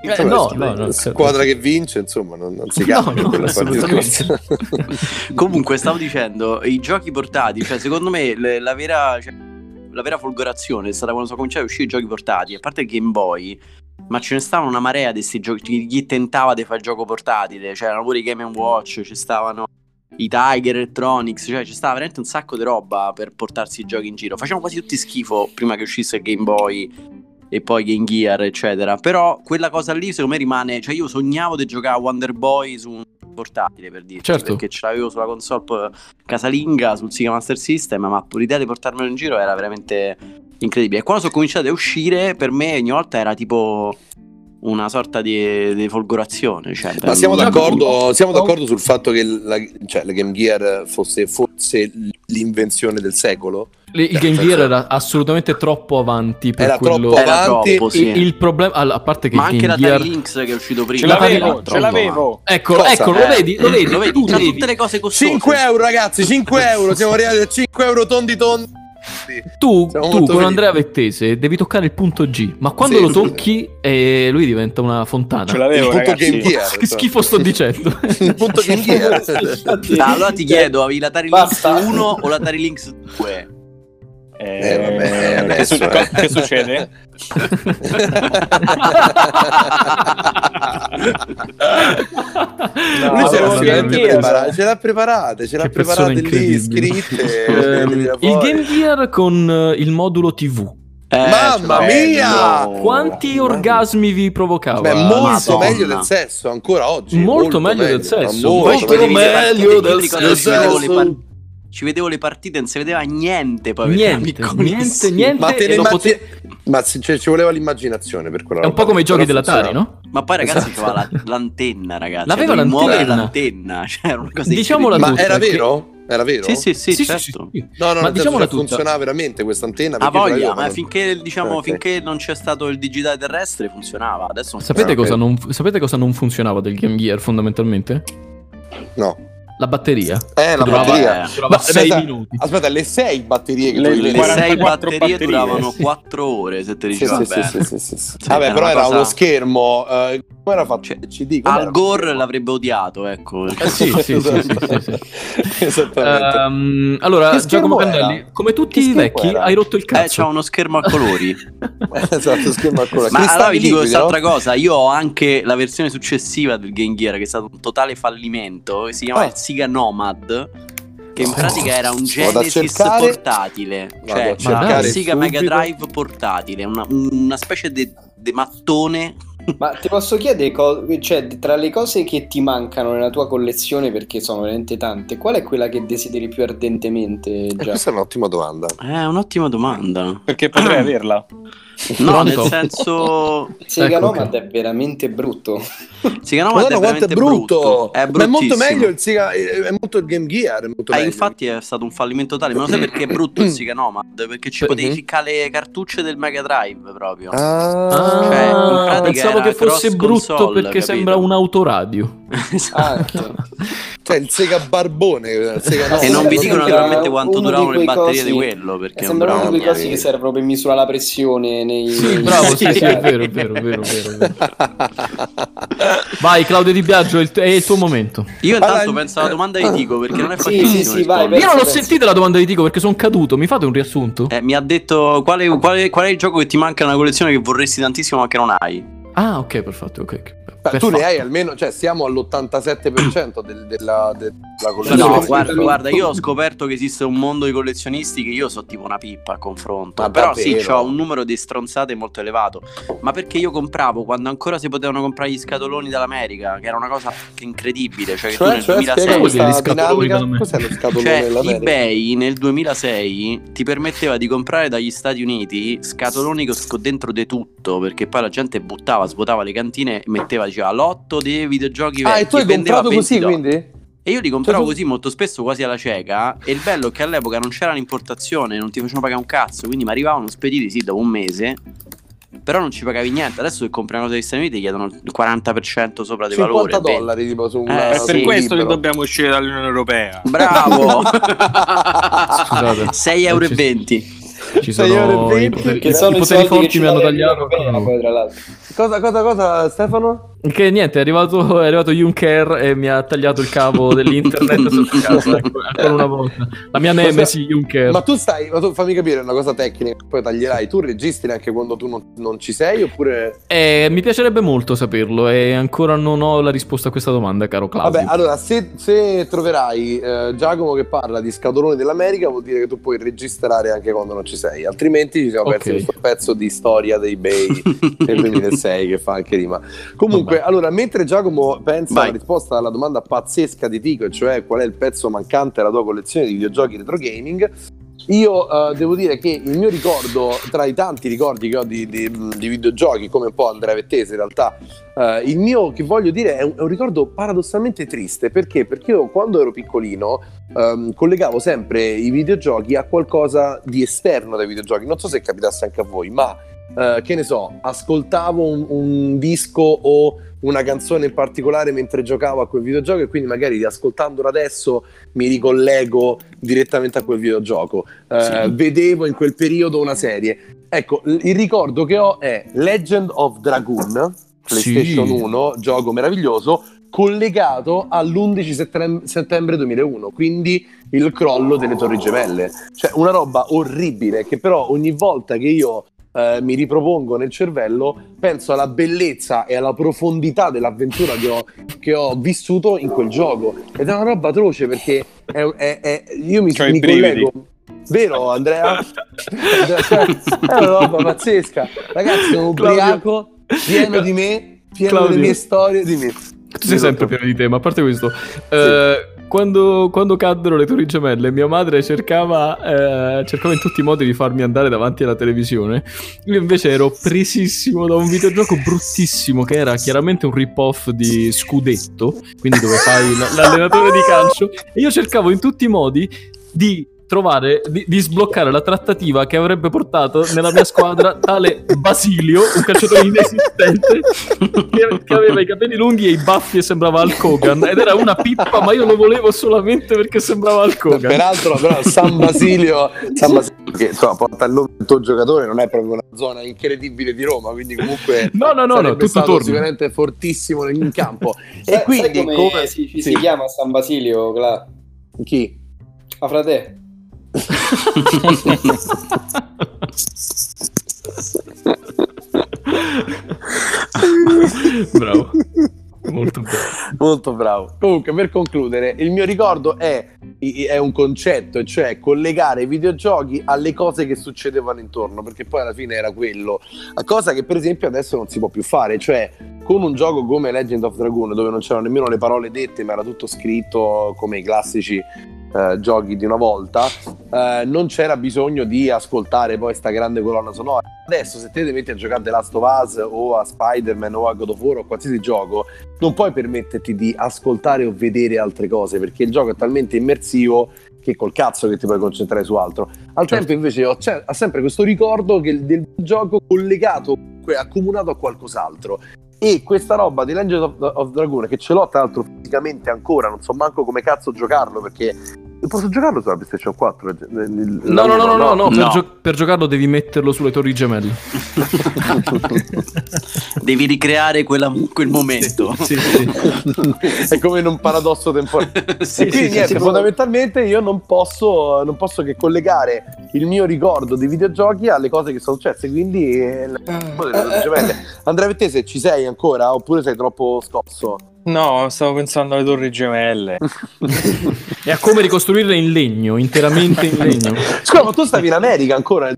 Eh, no, no, no.
squadra che vince, insomma, non, non
*laughs*
si
No,
cambia.
no,
quello è il
assolutamente.
discorso. *laughs*
*laughs*
Comunque, stavo dicendo, i giochi portati, cioè, secondo me le- la vera. cioè, la vera folgorazione è stata quando sono cominciati a uscire i giochi portati, a parte il Game Boy, ma ce ne stava una marea di questi giochi, chi- chi tentava di fare gioco portatile, c'erano pure i Game Watch, ci stavano i Tiger Electronics, cioè ci stava veramente un sacco di roba per portarsi i giochi in giro. Facevano quasi tutti schifo prima che uscisse il Game Boy e poi Game Gear, eccetera. Però quella cosa lì secondo me rimane, cioè io sognavo di giocare a Wonder Boy su un portatile per dirti,
Certo.
perché ce l'avevo sulla console po- casalinga sul Sega Master System, ma pure l'idea di portarmelo in giro era veramente incredibile. E quando sono cominciato a uscire, per me ogni volta era tipo una sorta di, di folgorazione. Cioè,
Ma
per-
siamo
Giacomo-
d'accordo, siamo d'accordo sul fatto che la, cioè, la Game Gear fosse forse l'invenzione del secolo?
Il Game Gear era assolutamente troppo avanti per
Era
quello...
troppo
Era
avanti.
troppo, sì.
Il, il problema, allora, a parte che
Ma
il
anche la
Game
Gear...
Gear...
Links che è uscito prima.
Ce
Ah,
l'avevo,
troppo
ce l'avevo.
Ecco,
Cosa?
ecco, lo
Eh,
vedi, lo vedi,
Lo vedi?
tu
C'ha
devi-
tutte le cose costose.
5 euro, ragazzi, *laughs* 5 euro. Siamo arrivati a 5 euro tondi *laughs* tondi.
Tu,
Siamo
tu
molto
con
felici.
Andrea Vettese devi toccare il punto G, ma quando
Sì,
lo
sì.
tocchi eh, lui diventa una fontana. *laughs*
Ce
Il
l'avevo,
punto
ragazzi.
Game
*laughs*
Gear.
Che schifo sto
*laughs*
dicendo.
Il punto Game Gear.
Infatti-
Ah, allora ti chiedo, avevi la Tari Links
Basta.
1 o la Tari Links 2?
Eh,
Eh, vabbè,
che
adesso,
su-
eh.
che succede?
No,
Lui
no,
ce l'ha
no,
sicuramente
Game Gear.
preparata, ce l'ha preparate, ce l'ha
Che persone
preparate lì
incredibili.
scritte. eh,
Ehm,
vedetela
il
fuori.
Game Gear con eh, il modulo TV.
Eh,
Mamma
cioè,
mia!
bello.
Ah, Quanti
Oh, mamma.
orgasmi vi provocava?
Beh, molto *laughs*
Madonna.
meglio del sesso ancora oggi.
Molto meglio del sesso.
ma
Poi ci
Molto
vedevi le
meglio
partite, io mi
del
ricordo che ci vedevo le
sesso.
par- Ci vedevo le partite, non si vedeva niente poi. perché era
Niente, niente,
piccolissimo.
niente.
Ma te ne
e lo pote-
immagini- Ma se- cioè, ci voleva l'immaginazione per quella
È un
roba
po' come i
lì,
giochi
però
dell'Atari,
funzionava.
no?
Ma poi ragazzi
Esatto.
c'era la- l'antenna, ragazzi.
L'aveva
Dovevi muovere
l'antenna.
l'antenna. *laughs* Cioè, era una cosa
Diciamola
incredibile.
Ma
tutta,
era
che-
vero? Era vero?
Sì, sì, sì,
Sì, sì,
certo.
sì.
No, no,
Ma
nel senso
diciamola
che
tutta.
funzionava veramente questa antenna.
Ha
perché ce
voglia,
l'avevano.
ma finché, diciamo,
Ok.
finché non c'è stato il digitale terrestre funzionava. Adesso non
Sapete
Ah, ok.
cosa, non, sapete cosa non funzionava del Game Gear fondamentalmente?
No.
La batteria.
Eh, la
Durava-
batteria.
funziona. Eh,
Durava
Ma
6
aspetta,
minuti.
Aspetta, le 6 batterie che
Le-
tu devi
le
Le
mettere.
6
44
batterie,
batterie,
duravano
sì.
4 ore, se te
Sì,
ricordi
sì, sì,
bene.
sì, sì, sì, sì.
diciamo, Sì,
Vabbè,
era
però
una
era
cosa-
uno schermo. eh, come era fatto il CD? Com'era?
Al Gore l'avrebbe odiato, ecco.
Eh sì, sì, sì, sì, sì, sì, sì.
Esattamente.
Ehm, allora,
Che schermo
Giacomo
era?
Pennelli, come tutti
Che
i
schermo
vecchi,
era?
hai rotto il
Eh,
cazzo.
c'ha uno schermo a colori.
*laughs* esatto, schermo ancora.
Ma allora vi dico
liquidi, no?
quest'altra cosa, io ho anche la versione successiva del Game Gear che è stato un totale fallimento, che si chiama
Ah.
il Siga Nomad, che in pratica era un
Vado a
Genesis
cercare-
portatile,
Vado a
cioè
cercare
un Sega Mega
subito.
Drive portatile, una, una specie di mattone.
Ma ti posso chiedere, co- cioè, tra le cose che ti mancano nella tua collezione, perché sono veramente tante, qual è quella che desideri più ardentemente?
Eh,
Già?
questa è un'ottima domanda.
Eh, un'ottima domanda.
Perché potrei averla.
No, nel
Pronto?
*laughs*
senso
Sega
Ecco
Nomad è
*laughs*
veramente brutto.
Sega Nomad
Madonna, quanto
è
è
veramente
brutto!
brutto. È
Ma è molto
bruttissimo.
meglio il Sega, eh, è molto il Game Gear. È molto
Eh,
meglio.
infatti è stato un fallimento totale, ma
Mm.
lo sai perché è brutto il Sega Nomad? Perché ci
Mhm.
potevi
Mm-hmm.
ficcare le cartucce del Mega Drive proprio.
Ah,
Cioè, in
Ah,
pratica
pensavo
era
che fosse
cross
brutto
console,
perché
capito?
sembra un autoradio.
Ah,
*laughs*
Anche.
cioè il Sega Barbone. il Sega
E
E non vi dicono
Sembra
naturalmente quanto
uno di
duravano le
quei
batterie
cosi-
di quello, perché non
Sembra una di
duravano
quelle Eh, cose
niente.
che servono per misurare la pressione nei...
Sì,
nei- *laughs*
bravo, sì,
nei-
sì, è vero, è vero, è vero, è vero, è vero.
*laughs*
Vai Claudio Di Biagio, è il- è il tuo momento.
Io intanto
Allora,
penso alla domanda di Dico, perché non è
Ah. Sì,
facilissimo
sì, sì, vai,
rispondere.
Io non l'ho
Penso-
sentita la domanda di Dico perché sono caduto. Mi fate un riassunto?
Eh, mi ha detto quale, quale- qual è il gioco che ti manca nella collezione che vorresti tantissimo ma che non hai.
Ah, ok, perfetto. ok, ok.
Ma tu
Perfetto.
ne hai almeno, cioè siamo all'87% del- della, de- della collezione.
No,
Assolutamente.
guarda, guarda, io ho
*laughs*
scoperto che esiste un mondo di collezionisti che io so tipo una pippa a confronto.
Ma
Però
davvero?
sì, ho un numero di stronzate molto elevato. Ma perché io compravo quando ancora si potevano comprare gli scatoloni dall'America, che era una cosa f- incredibile. Cioè, che tu
Cioè,
nel
cioè, spiega
Cosa vuol
2006
questa
dire gli scatoloni
dinamica.
da me?
Cos'è lo scatolone
Cioè,
dell'America?
eBay nel 2006 ti permetteva di comprare dagli Stati Uniti scatoloni con con dentro di tutto, perché poi la gente buttava, svuotava le cantine e metteva, diceva, lotto dei videogiochi
Ah,
vecchi.
e tu hai
e vendeva
comprato così
20 dollari.
quindi?
E io li compravo
Cioè, tu-
così molto spesso, quasi alla cieca, e il bello è che all'epoca non c'era l'importazione, non ti facevano pagare un cazzo, quindi mi arrivavano spediti, sì, dopo un mese, però non ci pagavi niente. Adesso che compri una cosa degli Stati Uniti ti chiedono il 40% sopra dei
50
valori. venti.
dollari tipo su
Eh,
una
È
su
per
sì,
un
questo che
Ah, libro.
dobbiamo uscire dall'Unione Europea.
Bravo!
Ah,
*laughs*
Scusate.
6,20 euro. e venti.
Ci
Sei
sono
ore e
i
venti,
poteri,
Che
i
sono i
poteri
soldi che
forti
ci
mi hanno
dà l'Unione
tagliato.
Europea, poi, tra l'altro.
Cosa, cosa, cosa Stefano?
Che niente, è arrivato, *laughs* è arrivato Juncker e mi ha tagliato il cavo
*laughs*
dell'internet sotto casa, ecco, ancora una volta. La mia nemesi Juncker.
Eh. Ma tu stai, ma tu fammi capire una cosa tecnica, poi taglierai. Tu registri anche quando tu non, non ci sei oppure...
Eh, mi piacerebbe molto saperlo e ancora non ho la risposta a questa domanda, caro Claudio.
Vabbè, allora se, se troverai eh, Giacomo che parla di scatolone dell'America vuol dire che tu puoi registrare anche quando non ci sei, altrimenti ci siamo
Ok.
persi questo pezzo di storia dei eBay
*laughs*
del 2006 che fa anche rima. Comunque,
Vabbè.
allora, mentre Giacomo pensa
Vai.
alla risposta alla domanda pazzesca di Tico, e cioè qual è il pezzo mancante alla tua collezione di videogiochi retro gaming, io eh, devo dire che il mio ricordo, tra i tanti ricordi che ho di, di- di videogiochi, come un po' Andrea Vettese in realtà, eh, il mio che voglio dire è un, è un ricordo paradossalmente triste, perché? Perché io quando ero piccolino ehm, collegavo sempre i videogiochi a qualcosa di esterno dai videogiochi, non so se capitasse anche a voi, ma eh, che ne so, ascoltavo un, un disco o una canzone in particolare mentre giocavo a quel videogioco e quindi magari ascoltandolo adesso mi ricollego direttamente a quel videogioco. Eh, Vedevo in quel periodo una serie. Ecco, l- il ricordo che ho è Legend of Dragoon,
Sì.
PlayStation 1, gioco meraviglioso, collegato all'11 settem- settembre 2001, quindi il crollo delle Torri Gemelle. Cioè una roba orribile che però ogni volta che io eh, mi ripropongo nel cervello, penso alla bellezza e alla profondità dell'avventura che ho, che ho vissuto in quel gioco. Ed è una roba atroce perché è, è- è- io mi,
C'ho i
mi
brividi.
collego. Vero Andrea? Cioè, è una roba pazzesca. Ragazzi, sono
Claudio.
ubriaco, pieno di me, pieno
Claudio.
delle mie storie di me.
Tu sei sempre pieno di tema, a parte questo. Eh, Quando, quando caddero le torri gemelle, mia madre cercava, eh, cercava in tutti i modi di farmi andare davanti alla televisione. Io invece ero presissimo da un videogioco bruttissimo che era chiaramente un rip-off di Scudetto, quindi dove fai l- l'allenatore di calcio. E io cercavo in tutti i modi di trovare, di, di sbloccare la trattativa che avrebbe portato nella mia squadra tale Basilio, un calciatore inesistente, che, che aveva i capelli lunghi e i baffi e sembrava Hulk Hogan. Ed era una pippa, ma io lo volevo solamente perché sembrava Hulk Hogan.
Peraltro, però,
*laughs*
San Basilio, San Basilio che insomma, porta il nome del tuo giocatore, non è proprio una zona incredibile di Roma, quindi comunque
*laughs* No, no, no, no,
sarebbe
tutto
stato
torna.
sicuramente
*laughs*
fortissimo in campo.
Sai-
e quindi,
sai come,
come-
si, ci
sì.
si chiama San Basilio, Cla?
chi?
Ah, frate.
*laughs* Bravo. Molto bello.
Molto bravo. Comunque, per concludere, il mio ricordo è, è un concetto, e cioè collegare i videogiochi alle cose che succedevano intorno, perché poi alla fine era quello. La cosa che, per esempio, adesso non si può più fare, cioè con un gioco come Legend of Dragoon, dove non c'erano nemmeno le parole dette, ma era tutto scritto come i classici. eh, giochi di una volta eh, non c'era bisogno di ascoltare poi sta grande colonna sonora adesso se te ti metti a giocare The Last of Us o a Spider-Man o a God of War o qualsiasi gioco non puoi permetterti di ascoltare o vedere altre cose perché il gioco è talmente immersivo che col cazzo che ti puoi concentrare su altro. Al tempo invece ho, c'è- ho sempre questo ricordo che il- del gioco collegato, comunque accomunato a qualcos'altro. E questa roba di Legend of, of Dragon, che ce l'ho tra l'altro fisicamente ancora, non so manco come cazzo giocarlo perché... Posso giocarlo sulla PlayStation 4? Il- il-
No, no, no, no, no, no, Per,
No.
gio- per giocarlo devi metterlo sulle torri gemelle.
Devi ricreare quella- quel momento.
Sì, sì.
*laughs* è come in un paradosso temporale.
*laughs*
*laughs* Sì,
e quindi
sì,
niente,
sì.
fondamentalmente io non posso, non posso che collegare il mio ricordo di videogiochi alle cose che sono successe, quindi eh, la- delle
Eh,
gemelle. Andrea per te se ci sei ancora oppure sei troppo scosso?
No, stavo pensando alle torri
*laughs*
gemelle.
E a come ricostruirle in legno, interamente in legno.
Scusa, ma tu stavi in America ancora?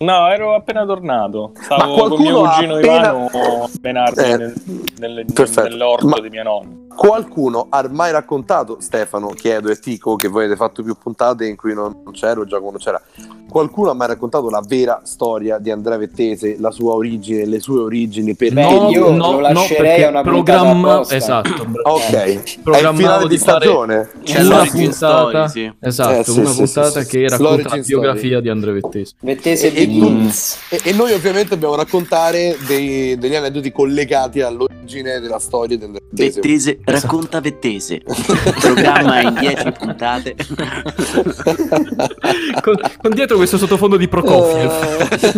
No, ero appena tornato. Stavo con
qualcuno
mio
ha
cugino
appena-
Ivano a menarmi
Eh,
nel- nelle-
perfetto.
nell'orto
Ma-
di mia nonna.
Qualcuno ha mai raccontato, Stefano, Chiedo e Tico, che voi avete fatto più puntate in cui non, non c'ero, il gioco non c'era. Qualcuno ha mai raccontato la vera storia di Andrea Vettese, la sua origine, le sue origini? Per
Beh,
no,
io
no,
lo
no,
lascerei
perché
a una puntata
programma...
apposta.
Esatto. bra-
Ok, è il
Programmavo
finale di,
di fare- cioè,
stagione.
C'è
una
l'origin
puntata,
story, sì.
esatto,
Eh, Cioè, sì,
una
sì,
puntata
sì, sì.
che racconta
L'origin
la
story.
biografia di Andrea Vettese.
Vettese
E- e-
Beans.
E, e noi ovviamente dobbiamo raccontare dei- degli aneddoti collegati all'origine della storia del del-
Vettese, racconta Vettese. Programma in 10 puntate.
con, con dietro questo sottofondo di Prokofiev.
Eh.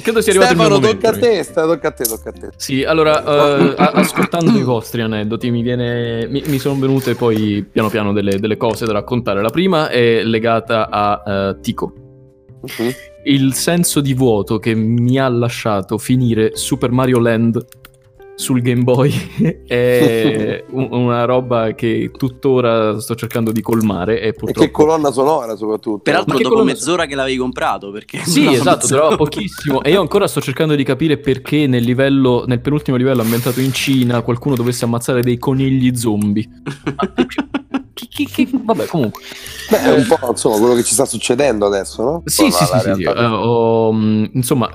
Credo sia arrivato
Stefano,
il mio momento.
tocca a te, sta- tocca a te, tocca a te.
Sì, allora, eh, a- ascoltando i vostri aneddoti mi, viene- mi- mi sono venute poi piano piano delle, delle cose da raccontare. La prima è legata a eh, Tico. Il senso di vuoto che mi ha lasciato finire Super Mario Land sul Game Boy *laughs* è un- una roba che tuttora sto cercando di colmare e
E che
purtroppo...
colonna sonora soprattutto.
Peraltro
Ma che
dopo
colonna-
mezz'ora che l'avevi comprato, perché...
Sì, esatto,
però
durava pochissimo. E io ancora sto cercando di capire perché nel livello, nel penultimo livello ambientato in Cina, qualcuno dovesse ammazzare dei conigli zombie. Ma- chi- chi- chi- Vabbè, comunque.
Beh, è un po' insomma quello che ci sta succedendo adesso, no?
Sì,
Insomma,
sì, sì,
la
sì, sì.
realtà.
Eh, ho, mm, insomma,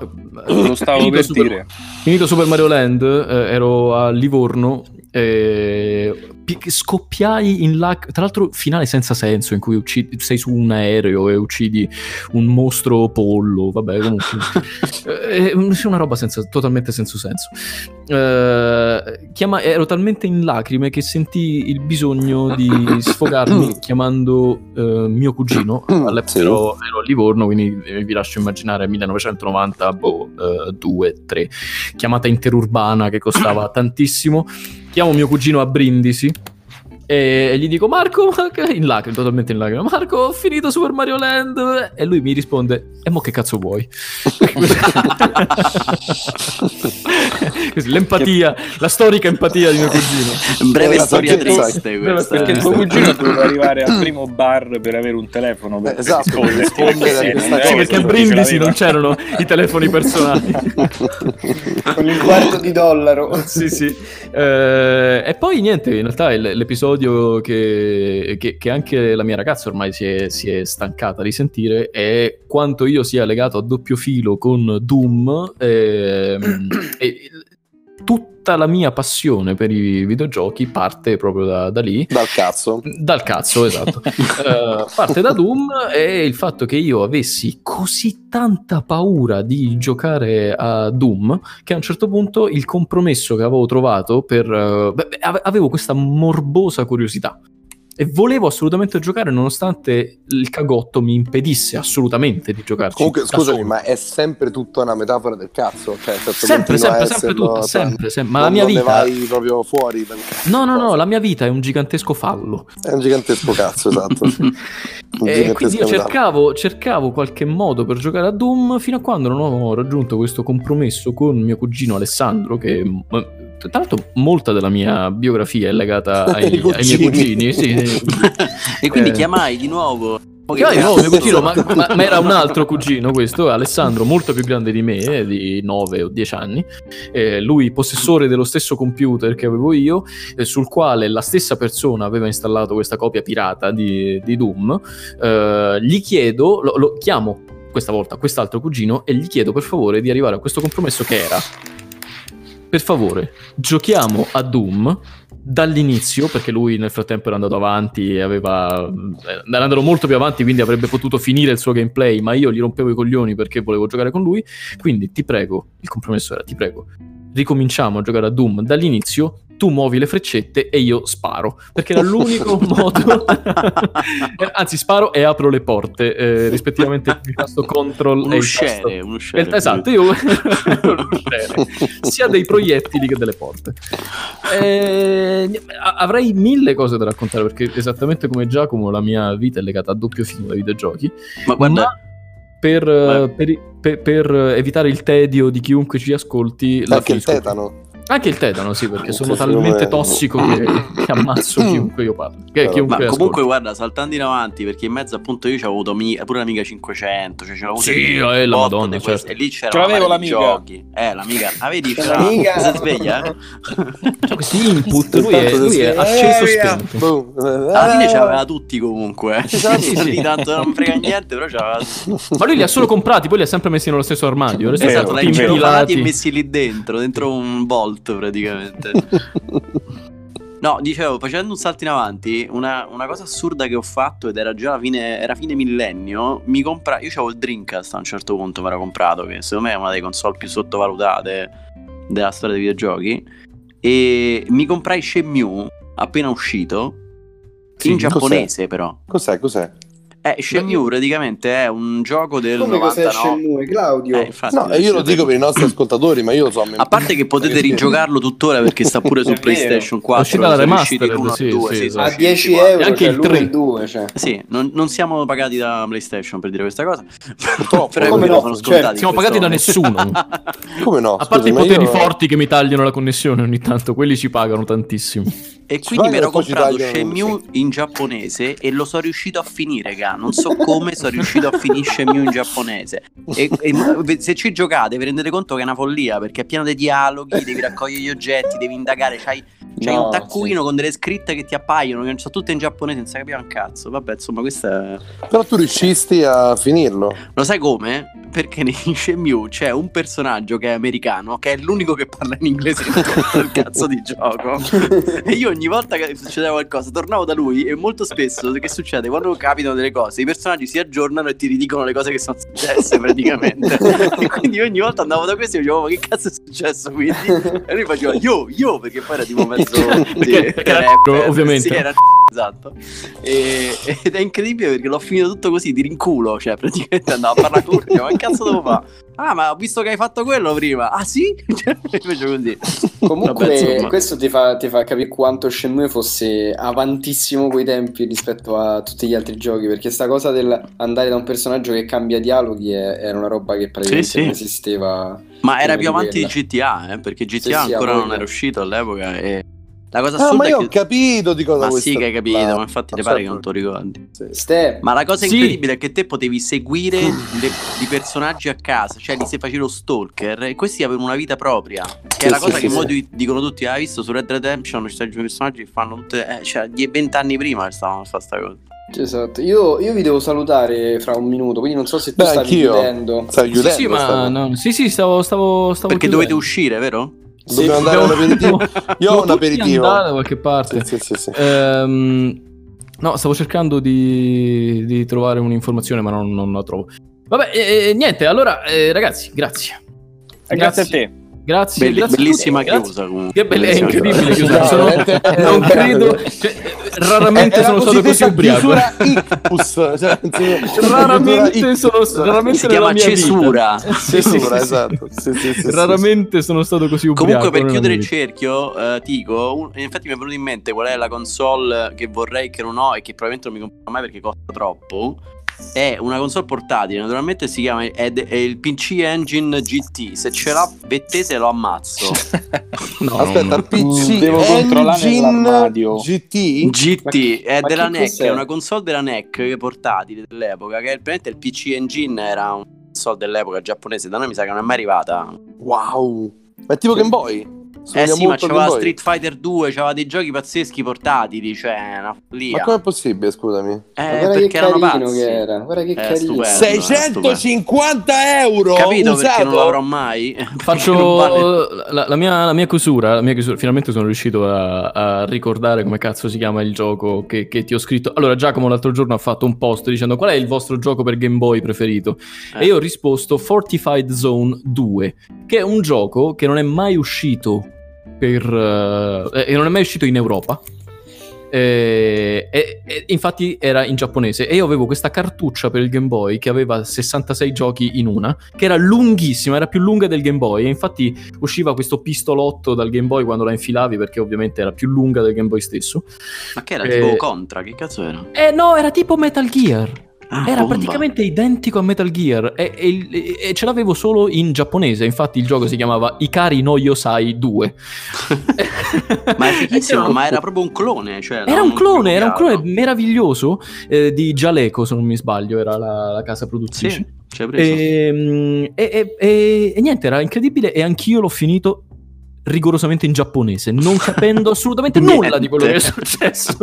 Lo stavo
finito
per
Super-
dire.
Finito Super Mario Land, eh, ero a Livorno, eh, pi- scoppiai in lac... Tra l'altro finale senza senso in cui uccidi- sei su un aereo e uccidi un mostro pollo, vabbè comunque... Eh, è una roba senza- totalmente senza senso. Eh, chiama- ero talmente in lacrime che sentii il bisogno di sfogarmi chiamando eh, mio cugino. All'epoca
Sì.
ero, ero a Livorno, quindi eh, vi lascio immaginare 1990, boh, 2, 3 chiamata interurbana che costava tantissimo. Chiamo mio cugino a Brindisi. E, e gli dico, Marco, ma che-" in lacrime, totalmente in lacrime, Marco, ho finito Super Mario Land. E lui mi risponde, e mo che cazzo vuoi? Così, l'empatia, la storica empatia di mio cugino.
*laughs* Breve
Ora,
storia
perché-
triste questa.
Eh,
perché il tuo cugino doveva
*coughs*
arrivare al primo bar per avere un telefono per
Eh, esatto,
rispondere.
per rispondere a
Sì,
questa
eh,
cosa.
Sì, perché a
ce
Brindisi
l'aveva.
non c'erano i eh, telefoni personali.
Ah.
Oh,
con il quarto di dollaro.
sì, sì. Eh, e poi niente, in realtà il- l'episodio che, che- che anche la mia ragazza ormai si è, si è stancata di sentire è quanto io sia legato a doppio filo con Doom ehm, e il- tutta la mia passione per i videogiochi parte proprio da- da lì.
*laughs* Dal cazzo.
Dal cazzo, esatto.
*laughs*
Eh, parte da Doom e il fatto che io avessi così tanta paura di giocare a Doom che a un certo punto il compromesso che avevo trovato per... eh, beh, ave- avevo questa morbosa curiosità e volevo assolutamente giocare nonostante il cagotto mi impedisse assolutamente di giocarci.
Comunque,
da
scusami,
solo.
ma è sempre tutta una metafora del cazzo. Cioè, nel senso,
Sempre,
continua
sempre,
a
sempre
esserlo,
tutta,
cioè,
sempre, sempre. Ma la
non-
mia
non ne
vita...
vai proprio fuori. dal-
No, no, no, la mia vita è un gigantesco fallo.
È un gigantesco cazzo,
*laughs*
esatto.
E
Un gigantesco
Eh, quindi io
metafora.
cercavo, cercavo qualche modo per giocare a Doom fino a quando non ho raggiunto questo compromesso con mio cugino Alessandro che m- tra l'altro molta della mia biografia è *laughs* legata ai,
Ai
ai miei
cugini.
cugini sì, sì.
*laughs*
*laughs*
e quindi
Eh.
chiamai di nuovo. Mo che
Chiamai di nuovo mio
cazzo?
cugino, ma,
Esatto.
ma- ma era un altro cugino questo, Alessandro, molto più grande di me, eh, di 9 o 10 anni, Eh, lui possessore dello stesso computer che avevo io, eh, sul quale la stessa persona aveva installato questa copia pirata di, di Doom, Eh, gli chiedo, lo, lo chiamo questa volta quest'altro cugino e gli chiedo per favore di arrivare a questo compromesso che era, per favore, giochiamo a Doom dall'inizio, perché lui nel frattempo era andato avanti, aveva, eh, era andato molto più avanti, quindi avrebbe potuto finire il suo gameplay, ma io gli rompevo i coglioni perché volevo giocare con lui, quindi ti prego, il compromesso era, ti prego, ricominciamo a giocare a Doom dall'inizio, tu muovi le freccette e io sparo, perché era l'unico modo, *laughs* Eh, anzi sparo e apro le porte, eh, rispettivamente il tasto control
Un
e il tasto
usciere, un usciere.
eh, Esatto, io *laughs*
*laughs*
sia dei proiettili che delle porte. Eh, a- avrei mille cose da raccontare perché esattamente come Giacomo la mia vita è legata a doppio film ai videogiochi.
Ma guarda,
Ma per, eh, per i- per- per evitare il tedio di chiunque ci ascolti, la
Anche il
finisco qui.
tetano.
Anche il tetano, sì, perché sono
Sì, sì,
talmente
vabbè.
tossico che, che ammazzo chiunque io parlo. Che,
Però-
chiunque
Ma
ascolti.
comunque, guarda, saltando in avanti, perché in mezzo appunto io c'avevo avuto ami- pure l'amica 500, cioè c'avevo avuto
Sì,
otto
eh, la
di
Madonna,
queste,
certo.
E lì c'era
Ce
una
l'avevo
marea di
l'amica.
giochi. Eh, l'amica. Avevi ce l'ha.
L'amica.
Si sveglia, eh?
*laughs*
Cioè, questi input, lui è, lui è
Eh,
acceso e spento.
Boom.
Alla fine ce l'aveva tutti comunque. eh.
Sì, Eh, sì,
sì.
Ogni tanto non frega niente, però ce l'aveva
Ma lui li ha solo comprati, poi li ha sempre messi nello stesso armadio.
Eh,
Restano
Vero,
Esatto,
tutti
l'hai impilati
impilati.
e messi lì dentro, dentro un volt praticamente. No, dicevo, facendo un salto in avanti, una, una cosa assurda che ho fatto ed era già la fine, era fine millennio, mi compra... Io avevo il Dreamcast a un certo punto, mi era comprato, che secondo me è una delle console più sottovalutate della storia dei videogiochi, e mi comprai Shenmue, appena uscito, in
cos'è?
giapponese però.
Cos'è? Cos'è?
Eh, Shenmue praticamente è un gioco del
Come cos'è
99...
Shenmue, Claudio?
Eh,
Ah,
infatti,
No, io lo dico per i nostri ascoltatori, ma io lo so.
a parte
*laughs*
che potete rigiocarlo tuttora perché sta
*laughs*
pure su
È vero.
PlayStation 4.
Uscita la
sono riusciti
remastered,
l'uno al
sì,
due,
sì,
sì,
esatto.
a
sono
10
usciti qua.
euro
anche
c'è
il
l'uno e il
tre.
2 cioè.
Sì, non, non siamo pagati da PlayStation per dire questa cosa.
Purtroppo.
*laughs* Però
Come
capito, sono
no, certo.
scontati.
Siamo pagati da nessuno. *laughs*
Come no?
A parte
Scusi,
i
ma
poteri
io-
forti che mi tagliano la connessione ogni tanto, quelli ci pagano tantissimo.
E
Ci
quindi mi
pagano
ero
e poi ci
comprato
tagliano,
Shenmue in giapponese e lo sono riuscito a finire, ga. Non so come sono riuscito a finire Shenmue in giapponese. E, e mo- se ci giocate vi rendete conto che è una follia perché è pieno di dialoghi, devi raccogliere gli oggetti, devi indagare, c'hai C'hai
No,
un taccuino con delle scritte che ti appaiono, che non so, tutte in giapponese, non si capiva un cazzo. Vabbè, insomma, questo è...
Però tu riuscisti a finirlo.
Lo sai come? Perché in *laughs* Shenmue c'è un personaggio che è americano, che è l'unico che parla in inglese in tutto il cazzo di
*laughs*
gioco. E io ogni volta che succedeva qualcosa tornavo da lui e molto spesso che succede? Quando capitano delle cose, i personaggi si aggiornano e ti ridicono le cose che sono successe
*laughs*
praticamente. e quindi ogni volta andavo da questo e dicevo, ma che cazzo è successo quindi? E lui faceva yo, yo, perché poi era tipo mezzo...
Perché- perché era *laughs*
rapper.
ovviamente.
Sì, era *laughs* Esatto. E- *laughs* ed è incredibile perché l'ho finito tutto così, di rinculo, cioè praticamente andavo a parlare con lui, dicevo, ma che cazzo devo fare? Ah, ma ho visto che hai fatto quello prima. Ah sì? *laughs* Cioè, Invece così. *laughs*
Comunque,
Vabbè, insomma.
questo ti fa, ti fa capire quanto Shenmue fosse avantissimo coi tempi rispetto a tutti gli altri giochi. Perché sta cosa dell'andare da un personaggio che cambia dialoghi è- era una roba che praticamente
Sì, sì.
non esisteva.
Ma era
Prima
più
di
avanti di
quella.
GTA, eh, perché GTA
Sì, sì,
ancora
a
non
voglia.
era uscito all'epoca e la cosa
Ah,
assurda
ma io
è
ho
che
capito di cosa
ma
vuoi Ah,
sì che hai capito,
parlare.
ma infatti te
Ho
pare
sempre-
che non te lo ricordi.
Ste,
Ma la cosa
Sì.
incredibile è che te potevi seguire le- i personaggi a casa, cioè li se facevi lo stalker e questi avevano una vita propria. Che è la
Sì,
cosa
sì,
che
sì,
mo
sì.
di- dicono tutti, "Ah, hai visto su Red Dead Redemption ci sono i personaggi che fanno tutte, eh, cioè die- vent'anni prima stavano a fare sta cosa.
esatto. Io, io vi devo salutare fra un minuto, quindi non so se tu
Beh,
stavi
anch'io.
chiudendo.
Eh,
Stai
Sì,
chiudendo.
sì, ma
stai-
no, sì, sì, stavo, stavo, stavo
Perché dovete
chiudendo.
uscire, vero?
Dobbiamo andare
dobbiamo-
all'aperitivo.
*laughs*
Io ho un
Devo tutti
aperitivo.
andare da qualche parte.
Sì, sì, sì, sì.
Ehm, no, stavo cercando di, di trovare un'informazione, ma non, non la trovo. Vabbè, eh, eh, niente, allora, eh, ragazzi, grazie.
Eh, Grazie a te.
Grazie,
Belli-
grazie a
bellissima
tutti, grazie.
chiusa comunque.
Che bella, è
Bellissima chiusa.
incredibile. chiusa.
Esatto. No,
Sono-
veramente-
*laughs* non credo,
È-
cioè, raramente
è la
sono stato così
cosiddetta
ubriaco.
chiusura ictus, cioè, nel
*laughs*
senso-
Raramente sono raramente
Si
nella
chiama
mia vita.
cesura.
*laughs* Sì, sì, sì,
Chiusura,
sì.
esatto. Sì, sì, sì, sì,
Raramente sono stato così ubriaco.
Comunque per
nella
chiudere
mia
il
vita.
cerchio, eh, ti dico, un- infatti mi è venuto in mente qual è la console che vorrei che non ho e che probabilmente non mi comprerò mai perché costa troppo. È una console portatile, naturalmente si chiama è, de- è il PC Engine GT. Se ce l'ha mettete lo ammazzo.
No,
Mm.
Aspetta,
no,
PC
Devo controllare
Engine
nell'armadio.
GT.
GT è
ma
della
che
NEC,
cos'è?
è una console della NEC che è portatile dell'epoca, che praticamente il PC Engine era una console dell'epoca giapponese, da noi mi sa che non è mai arrivata.
Wow. Ma è tipo Game Boy. Somiglia
Eh sì, ma
molto a Game
c'aveva
Boy.
Street Fighter 2, c'aveva dei giochi pazzeschi portatili, cioè una follia.
Ma com'è possibile, scusami?
Ma
Eh,
guarda che
perché erano
carino
pazzi.
che era. Guarda che
Eh,
carino.
stupendo.
Sei-
650 euro
Capito perché
usato?
non l'avrò
*laughs*
mai?
Faccio
Perché non vale-
la, la mia, la mia chiusura, la mia chiusura. Finalmente sono riuscito a, a ricordare come cazzo si chiama il gioco che, che ti ho scritto. Allora, Giacomo l'altro giorno ha fatto un post dicendo qual è il vostro gioco per Game Boy preferito.
Eh.
E io ho risposto Fortified Zone 2, che è un gioco che non è mai uscito per, eh, e non è mai uscito in Europa. Eh, e- e infatti era in giapponese e io avevo questa cartuccia per il Game Boy che aveva 66 giochi in una che era lunghissima, era più lunga del Game Boy e infatti usciva questo pistolotto dal Game Boy quando la infilavi perché ovviamente era più lunga del Game Boy stesso
Ma che era
Eh.
tipo Contra? Che cazzo era?
eh no era tipo Metal Gear
Ah,
era
bomba.
praticamente identico a Metal Gear e, e il- e- e ce l'avevo solo in giapponese infatti il gioco si chiamava Ikari no Yosai 2
*laughs* Ma
*laughs*
è fighissimo,
Ed
ma era proprio un clone. Cioè,
Era un clone, era un clone
copiato.
meraviglioso eh, di Gialeco, se non mi sbaglio, era la, la casa
Sì,
produttrice.
ci hai preso.
E, mm, e- e- e- e niente, era incredibile e anch'io l'ho finito rigorosamente in giapponese, non capendo
*laughs*
assolutamente nulla
Niente.
di quello che è successo.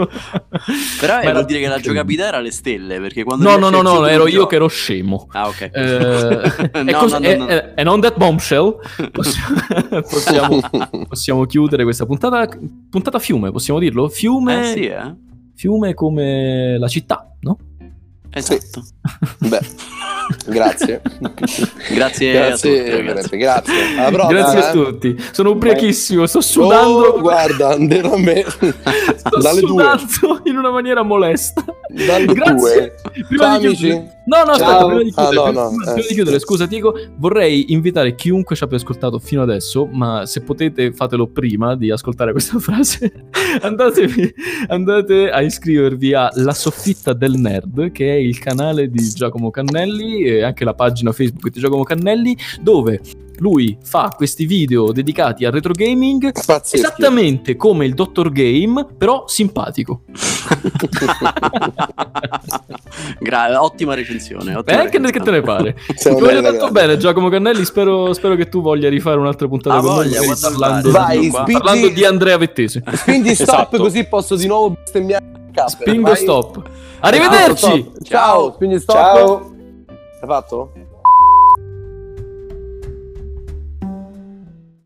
Però
*laughs* Ma
eh,
era
vuol dire che la
incredibile.
giocabilità era alle stelle. Perché quando
No,
gli
no, no,
accetti
no,
tu
ero io
il
che
gioco-
ero scemo.
Ah, *laughs* ok.
*laughs*
Eh, e
No,
cos-
no, no,
e-
no.
e- and on that bombshell
*laughs*
possiamo, possiamo- possiamo chiudere questa puntata. Puntata fiume, possiamo dirlo?
Eh
Fiume,
sì, eh.
fiume come la città, no?
Esatto.
Beh,
*laughs*
grazie.
Grazie, a tutti,
grazie,
ragazzi.
Peppe, grazie. Alla prossima.
Grazie a
eh.
tutti. Sono ubriachissimo, sto sudando,
Oh, guarda, andrò a me.
sto
dalle due.
sudando in una maniera molesta.
Dalle
Grazie.
due.
Prima
Ciao,
di chiudere-
amici.
No, no, aspetta,
Ciao.
prima di
Ah,
chiudere,
no, no,
prima- prima
eh.
di chiudere, scusa Tico, vorrei invitare chiunque ci abbia ascoltato fino adesso, ma se potete fatelo prima di ascoltare questa *laughs* frase, andatevi, andate a iscrivervi a La Soffitta del Nerd, che è il canale di Giacomo Cannelli e anche la pagina Facebook di Giacomo Cannelli, dove lui fa questi video dedicati al retro gaming
Pazzeschi.
esattamente come il Dottor Game, però simpatico.
*laughs* Gra- ottima recensione.
E
Ottima
anche
recensione.
Eh, che te ne pare? Ti
Siamo
voglio
bene,
tanto
ragazzi.
bene Giacomo Cannelli, spero, spero che tu voglia rifare un'altra puntata
Ah,
con noi,
voglia,
magari
guarda,
parlando, di-
vai, vai,
diciamo, qua-
spingi-
parlando di Andrea Vettese.
Quindi stop,
Esatto.
così posso di nuovo bestemmiare. il cap.
Spingo
Ah, Vai.
stop. Arrivederci!
Ciao, spingi stop.
Ciao.
Hai fatto?